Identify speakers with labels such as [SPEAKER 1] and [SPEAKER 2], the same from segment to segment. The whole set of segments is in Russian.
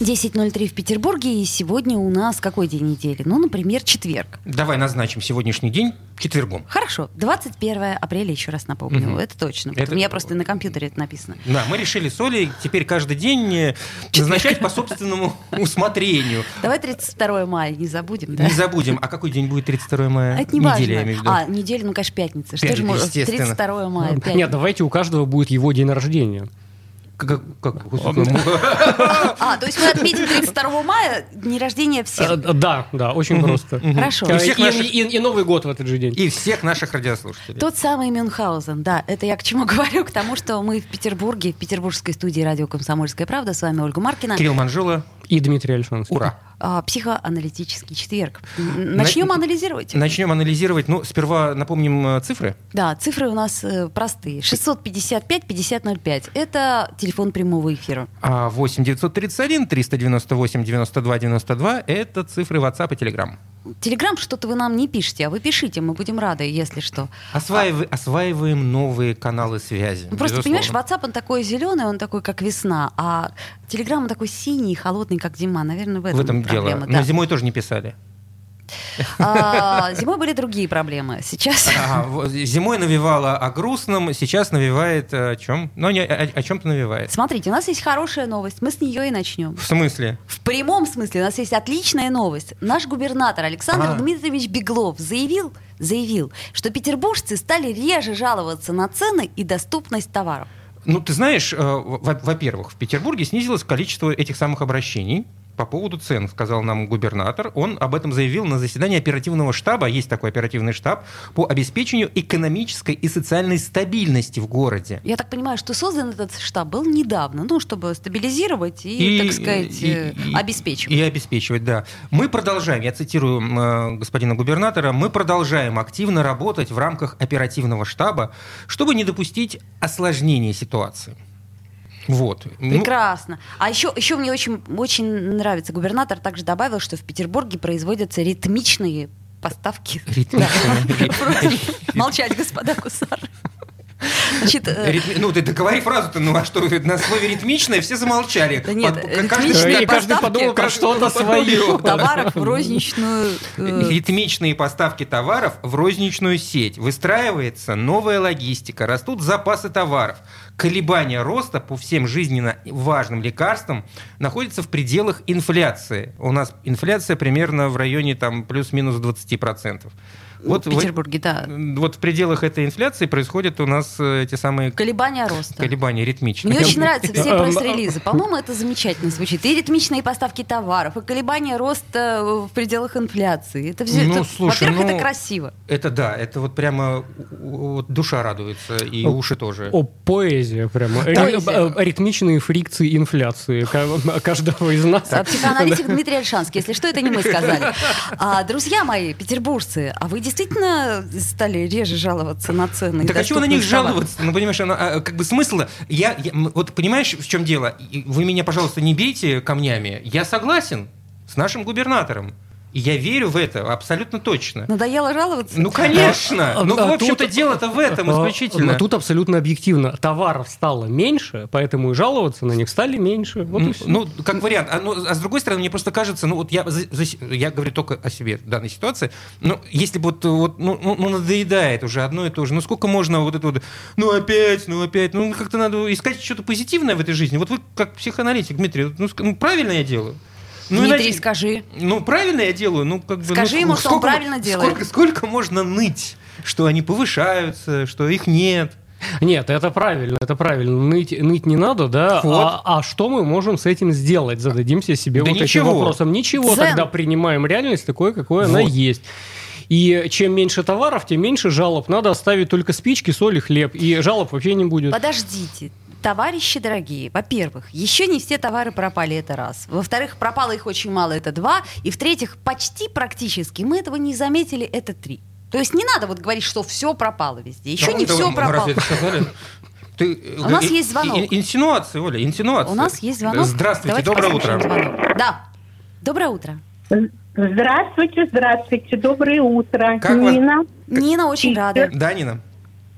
[SPEAKER 1] 10.03 в Петербурге, и сегодня у нас какой день недели? Ну, например, четверг.
[SPEAKER 2] Давай назначим сегодняшний день четвергом.
[SPEAKER 1] Хорошо, 21 апреля, еще раз напомню,
[SPEAKER 2] Мгм.
[SPEAKER 1] это точно.
[SPEAKER 2] Это-
[SPEAKER 1] У меня просто на компьютере это написано.
[SPEAKER 2] Да, мы решили с Олей теперь каждый день э, назначать по собственному усмотрению.
[SPEAKER 1] Давай 32 мая не забудем, да?
[SPEAKER 2] Не забудем, а какой день будет 32 мая?
[SPEAKER 1] А Это не
[SPEAKER 2] Неделя,
[SPEAKER 1] важно.
[SPEAKER 2] я имею в виду.
[SPEAKER 1] А, неделя, ну, конечно, пятница. Что же
[SPEAKER 2] Пятница,
[SPEAKER 1] может
[SPEAKER 2] естественно. Ну,
[SPEAKER 1] 32 мая? пятница.
[SPEAKER 3] Нет, Ну, давайте у каждого будет его день рождения.
[SPEAKER 2] Как- как- ну, как- как-
[SPEAKER 1] А, то есть мы отметим 32 мая день рождения
[SPEAKER 3] Э,
[SPEAKER 2] А,
[SPEAKER 1] всех.
[SPEAKER 3] Да, да, очень просто.
[SPEAKER 1] Хорошо.
[SPEAKER 3] Э,
[SPEAKER 2] И всех
[SPEAKER 3] и-
[SPEAKER 2] наших-
[SPEAKER 3] И и Новый год в этот же день.
[SPEAKER 2] И всех наших радиослушателей.
[SPEAKER 1] Тот самый Мюнхгаузен, да, это я к чему говорю, к тому, что мы в Петербурге, в петербургской студии радио «Комсомольская правда», с вами Ольга Маркина,
[SPEAKER 2] Кирилл Манжула,
[SPEAKER 3] И Дмитрий Альшанский.
[SPEAKER 2] ура!
[SPEAKER 1] А, психоаналитический четверг. М, Начнем
[SPEAKER 2] На-
[SPEAKER 1] анализировать.
[SPEAKER 2] Начнем анализировать. Ну, сперва напомним э, цифры.
[SPEAKER 1] Да, цифры у нас э, простые. 655-5005. Это телефон прямого эфира.
[SPEAKER 2] А 8 931 398 92 92 это цифры WhatsApp и Telegram.
[SPEAKER 1] Телеграм что-то вы нам не пишете, а вы пишите, мы будем рады, если что.
[SPEAKER 2] Осваив- Осваиваем новые каналы связи.
[SPEAKER 1] Ну, Просто,
[SPEAKER 2] безусловно.
[SPEAKER 1] понимаешь, WhatsApp, он такой зеленый, он такой, как весна, а Телеграм, он такой синий, холодный, как зима. Наверное, в этом,
[SPEAKER 2] в этом дело. Ну,
[SPEAKER 1] проблема. да.
[SPEAKER 2] Но зимой тоже не писали.
[SPEAKER 1] А, зимой были другие проблемы. Сейчас...
[SPEAKER 2] Ага, в- зимой навевало о грустном, сейчас навевает э, о чем? Ну, не, о, о чем-то навевает.
[SPEAKER 1] Смотрите, у нас есть хорошая новость, мы с нее и начнем.
[SPEAKER 2] В смысле?
[SPEAKER 1] В прямом смысле у нас есть отличная новость. Наш губернатор Александр
[SPEAKER 2] А.
[SPEAKER 1] Дмитриевич Беглов заявил, заявил, что петербуржцы стали реже жаловаться на цены и доступность товаров.
[SPEAKER 2] Ну, ты знаешь, э, во- во-первых, в Петербурге снизилось количество этих самых обращений по поводу цен, сказал нам губернатор. Он об этом заявил на заседании оперативного штаба, есть такой оперативный штаб, по обеспечению экономической и социальной стабильности в городе.
[SPEAKER 1] Я так понимаю, что создан этот штаб был недавно, ну, чтобы стабилизировать и, так сказать, э,
[SPEAKER 2] и- и-
[SPEAKER 1] обеспечивать.
[SPEAKER 2] И обеспечивать, да. Мы продолжаем, я цитирую м, э, господина губернатора, мы продолжаем активно работать в рамках оперативного штаба, чтобы не допустить осложнения ситуации. Вот. Ну,
[SPEAKER 1] Прекрасно. А еще, еще мне очень, очень нравится, губернатор также добавил, что в Петербурге производятся ритмичные поставки.
[SPEAKER 2] Ритмичные.
[SPEAKER 1] Молчать, господа кусары. Значит, э,
[SPEAKER 2] ритми- Ну, ты договори фразу-то, ну а что, на слове ритмичное все замолчали.
[SPEAKER 1] Да нет,
[SPEAKER 2] Под-
[SPEAKER 1] э,
[SPEAKER 2] каждый-
[SPEAKER 1] ритмичные
[SPEAKER 3] И каждый
[SPEAKER 1] поставки,
[SPEAKER 3] подумал про
[SPEAKER 2] каждый
[SPEAKER 3] что-то свое.
[SPEAKER 2] подумал.
[SPEAKER 1] товаров в розничную... э,
[SPEAKER 2] Ритмичные поставки товаров в розничную сеть. Выстраивается новая логистика, растут запасы товаров. Колебания роста по всем жизненно важным лекарствам находятся в пределах инфляции. У нас инфляция примерно в районе там, плюс-минус 20%. Вот
[SPEAKER 1] в
[SPEAKER 2] в,
[SPEAKER 1] Петербурге, да.
[SPEAKER 2] вот в пределах этой инфляции происходят у нас э, эти самые
[SPEAKER 1] Колебания роста.
[SPEAKER 2] колебания ритмичные.
[SPEAKER 1] Мне очень нравятся все
[SPEAKER 3] Эм,
[SPEAKER 1] пресс-релизы. По-моему, это замечательно звучит. И ритмичные поставки товаров, и колебания роста э, в пределах инфляции. Это все,
[SPEAKER 2] Ну,
[SPEAKER 1] это-
[SPEAKER 2] слушай,
[SPEAKER 1] во-первых,
[SPEAKER 2] ну,
[SPEAKER 1] это красиво.
[SPEAKER 2] Это да, это вот прямо у- у- душа радуется, и
[SPEAKER 3] О,
[SPEAKER 2] уши тоже.
[SPEAKER 3] О, поэзия прямо. Э,
[SPEAKER 1] Поэзия.
[SPEAKER 3] э, Ритмичные фрикции инфляции ка- каждого из нас.
[SPEAKER 1] А Психоаналитик Дмитрий Альшанский, если что, это не мы сказали. А, друзья мои, петербуржцы, а вы действительно стали реже жаловаться на цены? и
[SPEAKER 2] Так а чего на них
[SPEAKER 1] доступность товаров?
[SPEAKER 2] жаловаться? Ну, понимаешь, она, а, как бы смысл... Я, я- м, вот понимаешь, в чем дело? И Вы меня, пожалуйста, не бейте камнями. Я согласен с нашим губернатором. И я верю в это абсолютно точно.
[SPEAKER 1] Надоело жаловаться?
[SPEAKER 2] Ну, конечно!
[SPEAKER 3] А,
[SPEAKER 2] Ну,
[SPEAKER 3] а
[SPEAKER 2] в общем-то,
[SPEAKER 3] тут-
[SPEAKER 2] дело-то в этом
[SPEAKER 3] А,
[SPEAKER 2] исключительно.
[SPEAKER 3] а Тут абсолютно объективно. Товаров стало меньше, поэтому и жаловаться на них стали меньше. Вот и
[SPEAKER 2] М,
[SPEAKER 3] всё.
[SPEAKER 2] Ну, как вариант. А, ну, а с другой стороны, мне просто кажется, ну вот я, за- за- я говорю только о себе в данной ситуации. Ну, если бы вот, вот ну, ну, ну, надоедает уже одно и то же, ну сколько можно вот это вот, ну опять, ну опять, ну как-то надо искать что-то позитивное в этой жизни. Вот вы как психоаналитик, Дмитрий, вот, ну, ск- ну, правильно я делаю? Ну,
[SPEAKER 1] Дмитрий,
[SPEAKER 2] иначе-
[SPEAKER 1] скажи.
[SPEAKER 2] ну, правильно я делаю, ну как бы... ну,
[SPEAKER 1] Скажи ему, что он
[SPEAKER 2] сколько-
[SPEAKER 1] правильно делает.
[SPEAKER 2] Сколько, сколько можно ныть, что они повышаются, что их нет?
[SPEAKER 3] Нет, это правильно, это правильно. Ныть, ныть не надо, да?
[SPEAKER 2] Вот.
[SPEAKER 3] А, а что мы можем с этим сделать? Зададимся себе
[SPEAKER 2] Да
[SPEAKER 3] вот
[SPEAKER 2] ничего.
[SPEAKER 3] этим вопросом. Ничего,
[SPEAKER 1] Дзен.
[SPEAKER 3] тогда принимаем реальность такой, какой она
[SPEAKER 2] Вот.
[SPEAKER 3] есть. И чем меньше товаров, тем меньше жалоб. Надо оставить только спички, соль и хлеб. И жалоб вообще не будет.
[SPEAKER 1] Подождите. Товарищи дорогие, во-первых, еще не все товары пропали, это раз. Во-вторых, пропало их очень мало, это два. И в-третьих, почти практически мы этого не заметили, это три. То есть не надо вот говорить, что все пропало везде. Еще
[SPEAKER 2] Да,
[SPEAKER 1] не
[SPEAKER 2] да,
[SPEAKER 1] все
[SPEAKER 2] мы
[SPEAKER 1] пропало.
[SPEAKER 2] разве Ну, это сказали? Ты, э,
[SPEAKER 1] У нас
[SPEAKER 2] э,
[SPEAKER 1] есть звонок.
[SPEAKER 2] э, Инсинуации, Оля, инсинуации.
[SPEAKER 1] У нас есть звонок.
[SPEAKER 2] Здравствуйте,
[SPEAKER 1] Давайте
[SPEAKER 2] доброе
[SPEAKER 1] послушаем
[SPEAKER 2] утро.
[SPEAKER 1] звонок. Да. Доброе утро.
[SPEAKER 4] Здравствуйте, здравствуйте, доброе утро.
[SPEAKER 2] Как вас-
[SPEAKER 4] Нина.
[SPEAKER 1] Нина очень рада.
[SPEAKER 2] Да, Нина?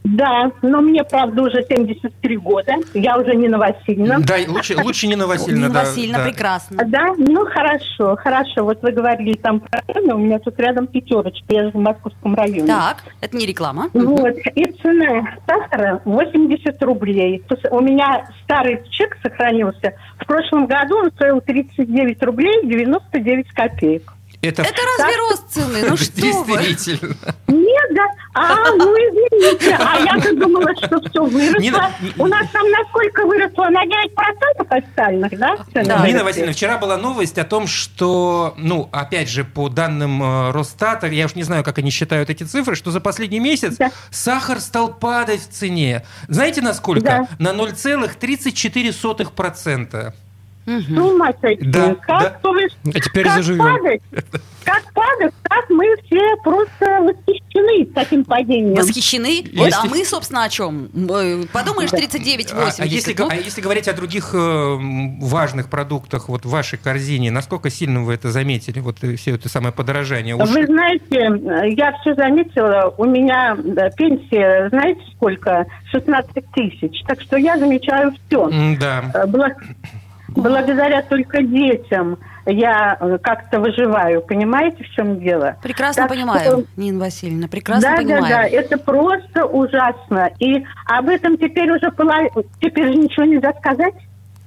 [SPEAKER 4] Да, но мне, правда, уже 73 года. Я уже не Васильевна.
[SPEAKER 2] Да, лучше, лучше Нина Васильевна.
[SPEAKER 1] Нина
[SPEAKER 2] да,
[SPEAKER 1] Васильевна,
[SPEAKER 2] да.
[SPEAKER 1] прекрасно.
[SPEAKER 4] Да, ну хорошо, хорошо. Вот вы говорили там про цены. У меня тут рядом пятерочка, я живу в Московском районе.
[SPEAKER 1] Так, это не реклама.
[SPEAKER 4] Вот, и цена сахара 80 рублей. То есть У меня старый чек сохранился. В прошлом году он стоил 39 рублей 99 копеек.
[SPEAKER 2] Это,
[SPEAKER 1] Это разве рост цены? Ну что вы?
[SPEAKER 2] действительно.
[SPEAKER 4] Нет, да? А, ну извините. А я-то думала, что все выросло.
[SPEAKER 2] Нина-
[SPEAKER 4] У нас там насколько выросло? На 9% остальных, да? цены
[SPEAKER 1] Да.
[SPEAKER 4] выросли?
[SPEAKER 2] Нина Васильевна, вчера была новость о том, что, ну, опять же, по данным э, Росстата, я уж не знаю, как они считают эти цифры, что за последний месяц
[SPEAKER 4] Да.
[SPEAKER 2] сахар стал падать в цене. Знаете, на сколько?
[SPEAKER 4] Да.
[SPEAKER 2] На 0,34%.
[SPEAKER 4] С ума сойти.
[SPEAKER 2] Да,
[SPEAKER 4] как
[SPEAKER 2] да.
[SPEAKER 4] то вы-
[SPEAKER 3] А теперь
[SPEAKER 4] как
[SPEAKER 3] заживем.
[SPEAKER 4] падать, как падать, так мы все просто восхищены таким падением.
[SPEAKER 1] Восхищены?
[SPEAKER 2] Если-
[SPEAKER 1] Вот, а мы, собственно, о чем? Э, Подумаешь,
[SPEAKER 2] А, а если,
[SPEAKER 1] 39,80.
[SPEAKER 2] го-
[SPEAKER 1] Ну,
[SPEAKER 2] а если говорить о других э, м, важных продуктах вот в вашей корзине, насколько сильно вы это заметили, вот э, все это самое подорожание? Уж-
[SPEAKER 4] Вы знаете, я все заметила, у меня э, пенсия, знаете сколько? 16 тысяч. Так что я замечаю все.
[SPEAKER 2] М, Да.
[SPEAKER 4] Э, Благодаря только детям я э, как-то выживаю. Понимаете, в чем дело?
[SPEAKER 1] Прекрасно
[SPEAKER 4] Так
[SPEAKER 1] понимаю,
[SPEAKER 4] что-
[SPEAKER 1] Нина Васильевна, прекрасно
[SPEAKER 4] да, да, да,
[SPEAKER 1] понимаю.
[SPEAKER 4] это просто ужасно. И об этом теперь уже пола- теперь же ничего нельзя сказать.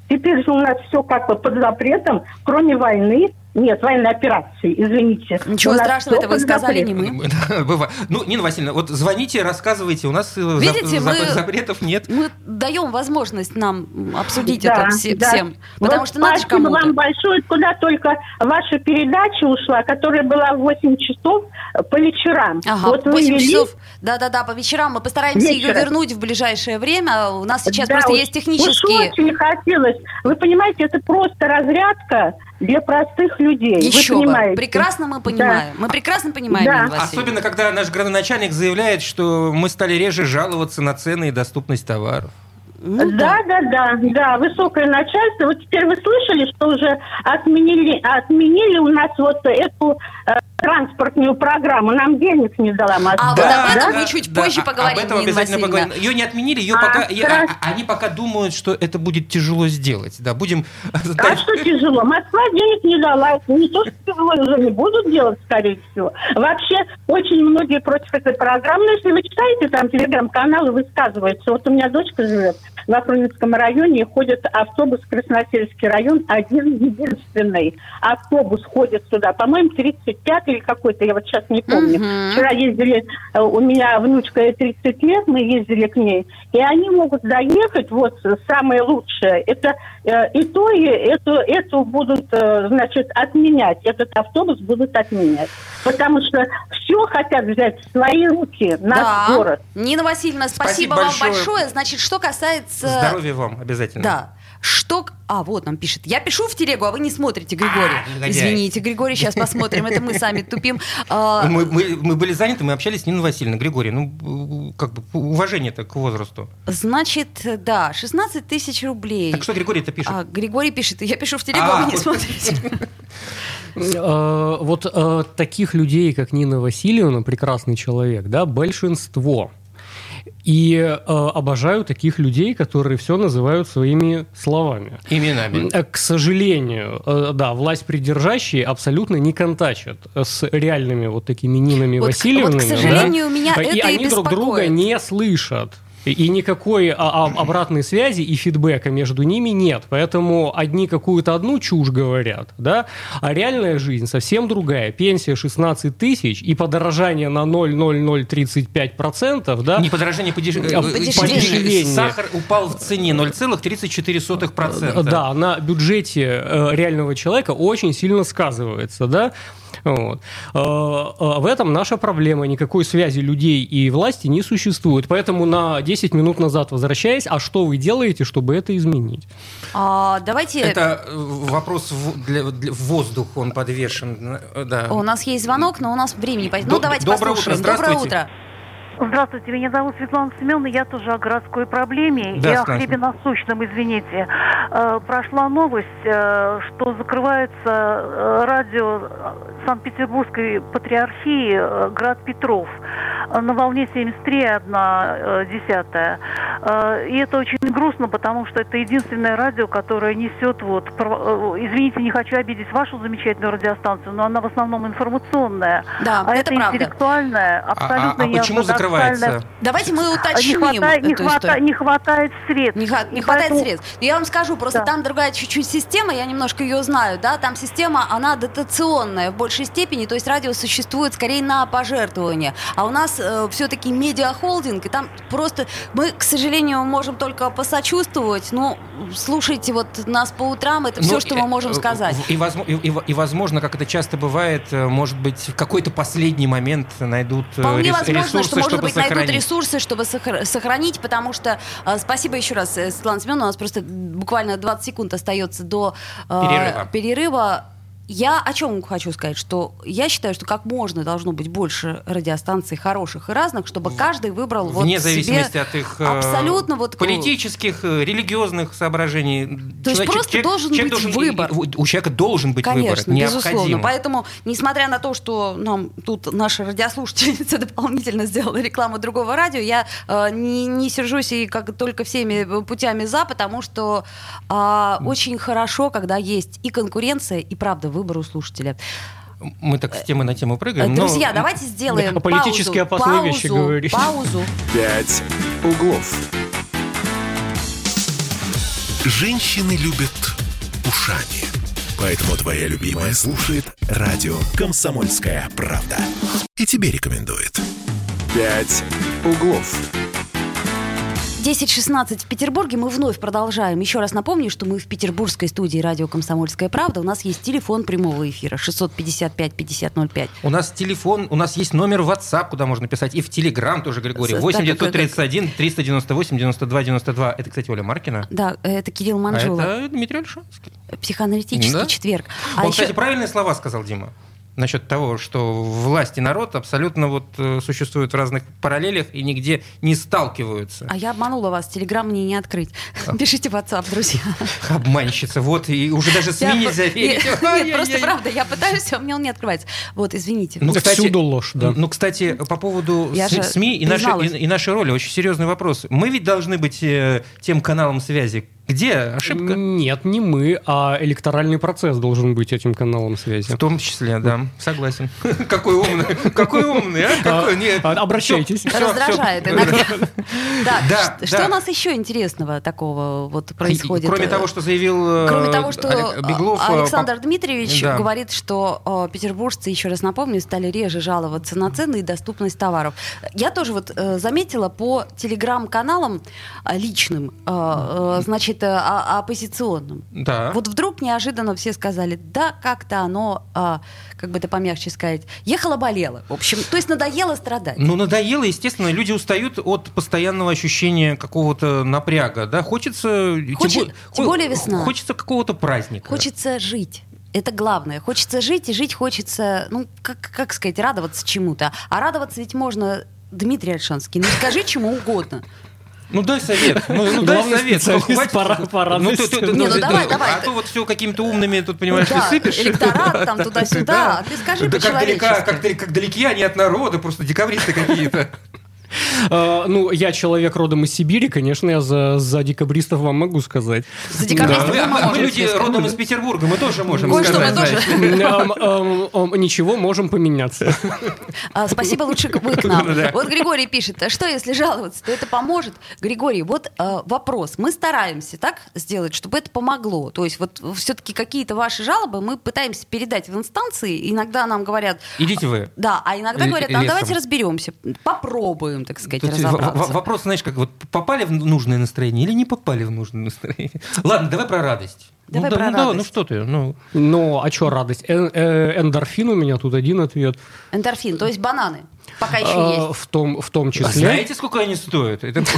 [SPEAKER 4] Теперь же у нас все как бы под запретом, кроме войны. Нет, военной операции, извините.
[SPEAKER 1] Ничего
[SPEAKER 4] У нас
[SPEAKER 1] страшного,
[SPEAKER 4] всё
[SPEAKER 1] это вы
[SPEAKER 4] под
[SPEAKER 1] сказали не
[SPEAKER 4] запретом.
[SPEAKER 1] мы.
[SPEAKER 2] Да, бывает. Ну, Нина Васильевна, вот звоните, рассказывайте. У нас э, зап-
[SPEAKER 1] Видите, мы-
[SPEAKER 2] зап- запретов нет.
[SPEAKER 1] Мы даем возможность нам м, обсудить
[SPEAKER 4] Да,
[SPEAKER 1] это все-
[SPEAKER 4] да.
[SPEAKER 1] всем. Потому
[SPEAKER 4] Вот
[SPEAKER 1] что надо же
[SPEAKER 4] спасибо вам
[SPEAKER 1] кому-то.
[SPEAKER 4] большое, куда только ваша передача ушла, которая была в 8 часов э, по вечерам.
[SPEAKER 1] Ага,
[SPEAKER 4] вот вы
[SPEAKER 1] 8
[SPEAKER 4] вели,
[SPEAKER 1] часов. Да-да-да, по вечерам мы постараемся ее
[SPEAKER 4] Вечером.
[SPEAKER 1] вернуть в ближайшее время. У нас сейчас
[SPEAKER 4] Да,
[SPEAKER 1] просто
[SPEAKER 4] уж-
[SPEAKER 1] есть
[SPEAKER 4] Уж
[SPEAKER 1] технические...
[SPEAKER 4] очень хотелось. Вы понимаете, это просто разрядка для простых людей.
[SPEAKER 1] Еще
[SPEAKER 4] вы
[SPEAKER 1] бы.
[SPEAKER 4] понимаете?
[SPEAKER 1] Прекрасно мы понимаем. Мы прекрасно понимаем,
[SPEAKER 4] Да.
[SPEAKER 1] Нина Васильевна.
[SPEAKER 2] Особенно, когда наш градоначальник заявляет, что мы стали реже жаловаться на цены и доступность товаров.
[SPEAKER 1] Ну
[SPEAKER 4] да, да, да, да, высокое начальство. Вот теперь вы слышали, что уже отменили, отменили у нас вот эту э, транспортную программу. Нам денег не дала Москва.
[SPEAKER 1] А вот об этом мы чуть позже
[SPEAKER 2] а-
[SPEAKER 1] поговорим,
[SPEAKER 2] Об этом
[SPEAKER 1] Нина
[SPEAKER 2] обязательно
[SPEAKER 1] Васильевна.
[SPEAKER 2] поговорим. Ее не отменили, ее
[SPEAKER 4] А,
[SPEAKER 2] пока, и- а-
[SPEAKER 4] хорошо.
[SPEAKER 2] а- они пока думают, что это будет тяжело сделать. Да, будем... э,
[SPEAKER 4] А что тяжело? Москва денег не дала. Не то, что тяжело, уже не будут делать, скорее всего. Вообще, очень многие против этой программы. Но если вы читаете там телеграм-каналы, высказываются. Вот у меня дочка живет в Афронинском районе, и ходит автобус в Красносельский район, один единственный. Автобус ходит сюда, по-моему, 35 или какой-то, я вот сейчас не помню.
[SPEAKER 1] Мгм.
[SPEAKER 4] Вчера ездили, э, у меня внучка ей 30 лет, мы ездили к ней, и они могут доехать, вот э, самое лучшее, это э, и то, и эту, эту будут, э, значит, отменять, этот автобус будут отменять. Потому что все хотят взять в свои руки, наш
[SPEAKER 1] Да.
[SPEAKER 4] город.
[SPEAKER 1] Нина Васильевна, спасибо,
[SPEAKER 2] Спасибо
[SPEAKER 1] вам
[SPEAKER 2] большое.
[SPEAKER 1] большое. Значит, что касается...
[SPEAKER 2] Здоровья вам обязательно.
[SPEAKER 1] Да. Что... к- А, вот нам пишет. Я пишу в телегу, а вы не смотрите, Григорий.
[SPEAKER 2] А, негодяй.
[SPEAKER 1] Извините, Григорий, сейчас посмотрим. Это мы сами тупим. А,
[SPEAKER 2] Ну, Мы, мы- мы были заняты, мы общались с Ниной Васильевной. Григорий, ну, как бы уважение-то к возрасту.
[SPEAKER 1] Значит, да, 16 тысяч рублей.
[SPEAKER 2] Так что Григорий-то пишет?
[SPEAKER 1] А, Григорий пишет, я пишу в телегу, а
[SPEAKER 2] А,
[SPEAKER 1] вы не
[SPEAKER 2] вот.
[SPEAKER 1] смотрите.
[SPEAKER 3] Э, Вот э, таких людей, как Нина Васильевна, прекрасный человек, да, большинство. И э, обожаю таких людей, которые все называют своими словами.
[SPEAKER 2] Именами.
[SPEAKER 3] Э, К сожалению, э, да, власть придержащие абсолютно не контачат с реальными вот такими Нинами
[SPEAKER 1] Вот к-
[SPEAKER 3] Васильевными.
[SPEAKER 1] вот, к
[SPEAKER 3] да.
[SPEAKER 1] сожалению, меня
[SPEAKER 3] и
[SPEAKER 1] это и
[SPEAKER 3] они друг друга
[SPEAKER 1] беспокоит.
[SPEAKER 3] не слышат. И- И никакой а, а, обратной связи и фидбэка между ними нет. Поэтому одни какую-то одну чушь говорят, да, а реальная жизнь совсем другая. Пенсия 16 тысяч и подорожание на 0,0035%, да.
[SPEAKER 2] Не подорожание, подеш- э, э,
[SPEAKER 1] подешевление.
[SPEAKER 2] подешевление. Сахар упал в цене 0,34%.
[SPEAKER 3] Э, Да, на бюджете э, реального человека очень сильно сказывается, да. Вот. Э, э, В этом наша проблема. Никакой связи людей и власти не существует. Поэтому на 10 минут назад возвращаясь, а что вы делаете, чтобы это изменить?
[SPEAKER 1] А, Давайте...
[SPEAKER 2] Это э, вопрос в, для, для- в воздух, он подвешен. э, Да.
[SPEAKER 1] О, У нас есть звонок, но у нас времени... пойдет. Ну,
[SPEAKER 2] До-
[SPEAKER 1] давайте
[SPEAKER 2] доброе утро,
[SPEAKER 1] послушаем. Доброе
[SPEAKER 2] здравствуйте.
[SPEAKER 1] утро.
[SPEAKER 5] Здравствуйте, меня зовут Светлана Семеновна, я тоже о городской проблеме
[SPEAKER 2] Да,
[SPEAKER 5] и о
[SPEAKER 2] Стас.
[SPEAKER 5] хлебе насущном, извините. Э, прошла новость, э, что закрывается э, радио э, Санкт-Петербургской патриархии э, «Град Петров» э, на волне 73,1. десятая. Э, И это очень грустно, потому что это единственное радио, которое несет вот, пров- э, извините, не хочу обидеть вашу замечательную радиостанцию, но она в основном информационная.
[SPEAKER 1] Да,
[SPEAKER 5] А
[SPEAKER 1] это
[SPEAKER 5] это,
[SPEAKER 1] правда.
[SPEAKER 5] интеллектуальная,
[SPEAKER 2] А- а-
[SPEAKER 5] абсолютно
[SPEAKER 2] а почему
[SPEAKER 5] неортодоксальная
[SPEAKER 2] закрывается?
[SPEAKER 1] Давайте мы
[SPEAKER 5] А не,
[SPEAKER 1] уточним
[SPEAKER 5] хватает, не,
[SPEAKER 1] эту
[SPEAKER 5] хвата-
[SPEAKER 1] историю.
[SPEAKER 5] не хватает средств.
[SPEAKER 1] Не, хват- не
[SPEAKER 5] И
[SPEAKER 1] хватает
[SPEAKER 5] поэтому-
[SPEAKER 1] средств. Но я вам скажу, просто
[SPEAKER 5] Да.
[SPEAKER 1] там другая чуть-чуть система, я немножко ее знаю, да, там система, она дотационная в большей степени, то есть радио существует скорее на пожертвование. А у нас все-таки медиахолдинг, и там просто мы, к сожалению, можем только посочувствовать, но слушайте вот нас по утрам, это все,
[SPEAKER 2] Ну,
[SPEAKER 1] что
[SPEAKER 2] э,
[SPEAKER 1] мы можем
[SPEAKER 2] э,
[SPEAKER 1] сказать.
[SPEAKER 2] И, возможно, и, и- и возможно, как это часто бывает, э, может быть, в какой-то последний момент найдут э,
[SPEAKER 1] Вполне
[SPEAKER 2] рес-
[SPEAKER 1] возможно,
[SPEAKER 2] ресурсы,
[SPEAKER 1] что, может
[SPEAKER 2] чтобы
[SPEAKER 1] быть, найдут
[SPEAKER 2] сохранить.
[SPEAKER 1] ресурсы, чтобы сохр- сохранить, потому что э, спасибо еще раз, э, Светлана Семеновна, у нас просто буквально 20 секунд остается до э,
[SPEAKER 2] Перерыва.
[SPEAKER 1] перерыва. Я о чем хочу сказать, что я считаю, что как можно должно быть больше радиостанций хороших и разных, чтобы каждый выбрал вот
[SPEAKER 2] Вне
[SPEAKER 1] себе-
[SPEAKER 2] зависимости от их э,
[SPEAKER 1] абсолютно вот к-
[SPEAKER 2] политических, э, религиозных соображений.
[SPEAKER 1] То есть
[SPEAKER 2] Человек-
[SPEAKER 1] просто должен быть выбор.
[SPEAKER 2] У, у человека должен быть
[SPEAKER 1] Конечно,
[SPEAKER 2] выбор,
[SPEAKER 1] безусловно.
[SPEAKER 2] необходимо.
[SPEAKER 1] Поэтому, несмотря на то, что нам тут наша радиослушательница дополнительно сделала рекламу другого радио, я э, не, не сержусь и как только всеми путями за, потому что а, очень хорошо, когда есть и конкуренция, и правда выбор у слушателя.
[SPEAKER 2] Мы так с темы на тему
[SPEAKER 1] Э,
[SPEAKER 2] прыгаем. но-
[SPEAKER 1] Друзья, давайте сделаем
[SPEAKER 3] Да, политически
[SPEAKER 1] паузу,
[SPEAKER 3] опасные вещи
[SPEAKER 1] паузу,
[SPEAKER 3] говоришь.
[SPEAKER 1] паузу.
[SPEAKER 6] Пять углов. Женщины любят ушами. Поэтому твоя любимая слушает радио «Комсомольская правда». И тебе рекомендует. Пять углов.
[SPEAKER 1] 10.16 в Петербурге. Мы вновь продолжаем. Еще раз напомню, что мы в петербургской студии радио «Комсомольская правда». У нас есть телефон прямого эфира 655-5005.
[SPEAKER 2] У нас телефон, у нас есть номер WhatsApp, куда можно писать, и в Telegram тоже, Григорий.
[SPEAKER 1] Так,
[SPEAKER 2] 8
[SPEAKER 1] так, так.
[SPEAKER 2] 931 398 92 92. Это, кстати, Оля Маркина.
[SPEAKER 1] Да, это Кирилл
[SPEAKER 2] А
[SPEAKER 1] Манжула.
[SPEAKER 2] это Дмитрий Альшанский.
[SPEAKER 1] Психоаналитический
[SPEAKER 2] Да?
[SPEAKER 1] четверг. А
[SPEAKER 2] Он,
[SPEAKER 1] еще-
[SPEAKER 2] кстати, правильные слова сказал Дима. Насчет того, что власть и народ абсолютно вот э, существуют в разных параллелях и нигде не сталкиваются.
[SPEAKER 1] А я обманула вас, телеграм мне не открыть.
[SPEAKER 2] А.
[SPEAKER 1] Пишите в WhatsApp, друзья.
[SPEAKER 2] Обманщица, вот, и уже даже
[SPEAKER 1] А. Я
[SPEAKER 2] СМИ
[SPEAKER 1] по-
[SPEAKER 2] нельзя верить.
[SPEAKER 1] Нет,
[SPEAKER 2] Ай-яй-яй.
[SPEAKER 1] Нет, просто правда, я пытаюсь, а у меня он не открывается. Вот, извините.
[SPEAKER 2] Ну, кстати,
[SPEAKER 3] Всюду ложь, да.
[SPEAKER 2] Ну, кстати, по поводу
[SPEAKER 1] Я
[SPEAKER 2] с-
[SPEAKER 1] же
[SPEAKER 2] СМИ и нашей,
[SPEAKER 1] призналась.
[SPEAKER 2] и, и нашей роли, очень серьезный вопрос. Мы ведь должны быть э, тем каналом связи. Где ошибка?
[SPEAKER 3] Нет, не мы, а электоральный процесс должен быть этим каналом связи.
[SPEAKER 2] В том числе, да, согласен. Какой умный, какой умный, а? Какой, нет.
[SPEAKER 3] А, обращайтесь.
[SPEAKER 2] Всё, всё,
[SPEAKER 1] Раздражает
[SPEAKER 2] всё.
[SPEAKER 1] иногда. Так,
[SPEAKER 2] Да,
[SPEAKER 1] ш- что
[SPEAKER 2] да.
[SPEAKER 1] у нас еще интересного такого вот происходит? э,
[SPEAKER 2] Кроме того, что заявил э,
[SPEAKER 1] Кроме того, что
[SPEAKER 2] Олег- Беглов,
[SPEAKER 1] а,
[SPEAKER 2] э,
[SPEAKER 1] Александр
[SPEAKER 2] по-
[SPEAKER 1] Дмитриевич
[SPEAKER 2] Да.
[SPEAKER 1] говорит, что э, петербуржцы, еще раз напомню, стали реже жаловаться на цены и доступность товаров. Я тоже вот э, заметила по телеграм-каналам э, личным, э, э, значит, э, а- оппозиционным.
[SPEAKER 2] Да.
[SPEAKER 1] Вот вдруг неожиданно все сказали, да, как-то оно, а, как бы это помягче сказать, ехало-болело. В общем, то есть надоело страдать.
[SPEAKER 2] Ну, надоело, естественно, люди устают от постоянного ощущения какого-то напряга, да, хочется...
[SPEAKER 1] Хочет-
[SPEAKER 2] бо-
[SPEAKER 1] тем
[SPEAKER 2] хо-
[SPEAKER 1] более весна.
[SPEAKER 2] Хочется какого-то праздника.
[SPEAKER 1] Хочется жить. Это главное. Хочется жить, и жить хочется, ну, как, как сказать, радоваться чему-то. А радоваться ведь можно, Дмитрий Альшанский, ну, скажи чему угодно.
[SPEAKER 2] Ну, дай совет. Ну, ну, дай
[SPEAKER 3] Главный
[SPEAKER 2] совет.
[SPEAKER 3] специалист по ра- по радости.
[SPEAKER 1] Не, ну,
[SPEAKER 2] ты-
[SPEAKER 1] давай,
[SPEAKER 2] ты-
[SPEAKER 1] давай.
[SPEAKER 2] А то вот все какими-то умными, тут, понимаешь, ты
[SPEAKER 1] Да,
[SPEAKER 2] сыпешь.
[SPEAKER 1] электорат там туда-сюда. А ты скажи
[SPEAKER 2] Да как, далека-
[SPEAKER 1] по-человечески.
[SPEAKER 2] как, дал- как далеки они от народа, просто декабристы какие-то.
[SPEAKER 3] Э, ну, я человек родом из Сибири, конечно, я за, за декабристов вам могу сказать.
[SPEAKER 1] За
[SPEAKER 2] Да,
[SPEAKER 1] декабристов
[SPEAKER 2] мы-
[SPEAKER 1] мы
[SPEAKER 2] а мы
[SPEAKER 1] можем
[SPEAKER 2] люди
[SPEAKER 1] сказать.
[SPEAKER 2] родом из Петербурга, мы тоже можем
[SPEAKER 1] Кое-что
[SPEAKER 2] сказать.
[SPEAKER 1] мы тоже.
[SPEAKER 2] знаешь.
[SPEAKER 3] Эм, эм, эм, Ничего, можем поменяться.
[SPEAKER 1] А, спасибо, лучше к- вы к нам.
[SPEAKER 2] Ну да.
[SPEAKER 1] Вот Григорий пишет, а что, если жаловаться, то это поможет? Григорий, вот э, вопрос. Мы стараемся так сделать, чтобы это помогло. То есть вот все-таки какие-то ваши жалобы мы пытаемся передать в инстанции. Иногда нам говорят,
[SPEAKER 2] Идите вы.
[SPEAKER 1] да, а иногда
[SPEAKER 2] Л-
[SPEAKER 1] говорят, а
[SPEAKER 2] лесом.
[SPEAKER 1] давайте разберемся, попробуем, так сказать,
[SPEAKER 2] Тут в- в-
[SPEAKER 1] разобраться.
[SPEAKER 2] Вопрос, знаешь, как вот попали в нужное настроение или не попали в нужное настроение? Ладно, давай про радость.
[SPEAKER 1] Давай
[SPEAKER 2] ну,
[SPEAKER 1] про
[SPEAKER 2] да, ну, давай, ну
[SPEAKER 1] радость.
[SPEAKER 2] что ты, ну...
[SPEAKER 3] Ну, а что радость? Э- э, Эндорфин у меня тут один ответ.
[SPEAKER 1] Эндорфин, то есть бананы. Пока еще
[SPEAKER 3] А,
[SPEAKER 1] есть.
[SPEAKER 3] В том, в том
[SPEAKER 2] А
[SPEAKER 3] числе.
[SPEAKER 2] знаете, сколько они стоят? Это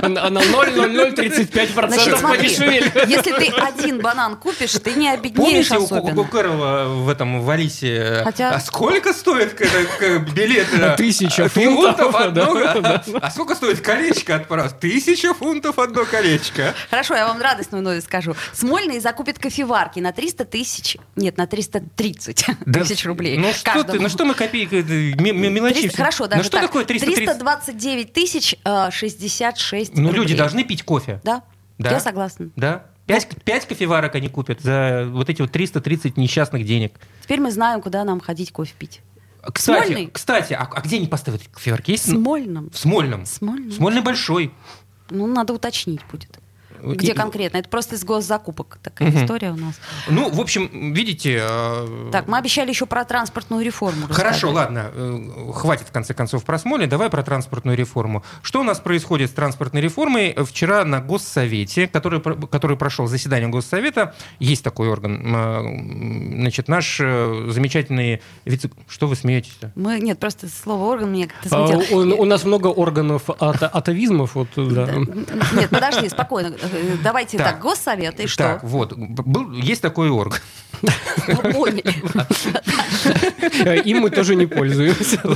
[SPEAKER 3] На на 0,0035%
[SPEAKER 1] Значит, смотри,
[SPEAKER 3] подешевели.
[SPEAKER 1] если ты один банан купишь, ты не обеднеешь
[SPEAKER 2] Помните у Ку-
[SPEAKER 1] особенно.
[SPEAKER 2] Ку- Кукерова в этом в Алисе?
[SPEAKER 1] Хотя-
[SPEAKER 2] А сколько стоит к- к- билет?
[SPEAKER 3] А тысяча
[SPEAKER 2] А,
[SPEAKER 3] фунтов,
[SPEAKER 2] одно?
[SPEAKER 3] да,
[SPEAKER 2] А- А сколько стоит колечко от паров? Тысяча фунтов одно колечко.
[SPEAKER 1] Хорошо, я вам радостную новость скажу. Смольный закупит кофеварки на 300 тысяч, нет, на 330 тысяч рублей.
[SPEAKER 2] Ну что
[SPEAKER 1] каждому.
[SPEAKER 2] ты, ну что мы копейки, это, м- м- мелочи.
[SPEAKER 1] 300
[SPEAKER 2] все.
[SPEAKER 1] хорошо, даже
[SPEAKER 2] Ну что
[SPEAKER 1] так.
[SPEAKER 2] такое 330?
[SPEAKER 1] 329 тысяч э, 66
[SPEAKER 2] Ну люди
[SPEAKER 1] рублей.
[SPEAKER 2] должны пить кофе.
[SPEAKER 1] Да,
[SPEAKER 2] Да.
[SPEAKER 1] я согласна.
[SPEAKER 2] Да? Пять, пять кофеварок они купят за вот эти вот 330 несчастных денег.
[SPEAKER 1] Теперь мы знаем, куда нам ходить кофе пить.
[SPEAKER 2] Кстати,
[SPEAKER 1] Смольный?
[SPEAKER 2] кстати а, а где они поставят кофеварки?
[SPEAKER 1] В
[SPEAKER 2] Есть?
[SPEAKER 1] Смольном.
[SPEAKER 2] В Смольном.
[SPEAKER 1] Смольном?
[SPEAKER 2] Смольный большой.
[SPEAKER 1] Ну, надо уточнить будет. Где
[SPEAKER 2] И-
[SPEAKER 1] конкретно? Это просто из госзакупок такая
[SPEAKER 2] Мгм.
[SPEAKER 1] история у нас.
[SPEAKER 2] Ну, в общем, видите... э,
[SPEAKER 1] Так, мы обещали еще про транспортную реформу.
[SPEAKER 2] Хорошо,
[SPEAKER 1] рассказать.
[SPEAKER 2] ладно, э, хватит в конце концов про Смолин, давай про транспортную реформу. Что у нас происходит с транспортной реформой? Э, Вчера на Госсовете, который, про- который прошел заседание Госсовета, есть такой орган, э, значит, наш э, замечательный вице... Что вы смеетесь-то?
[SPEAKER 1] Мы, нет, просто слово орган меня как-то
[SPEAKER 3] А,
[SPEAKER 1] смутило.
[SPEAKER 3] у- У нас много органов ата- атовизмов. вот, да.
[SPEAKER 1] Да. Нет, подожди, спокойно. Э, Давайте
[SPEAKER 2] Так.
[SPEAKER 1] так, госсовет и что?
[SPEAKER 2] Так, вот, б- был, есть такой орган.
[SPEAKER 1] Вы поняли.
[SPEAKER 3] Э, Им мы тоже не пользуемся.
[SPEAKER 2] Ну,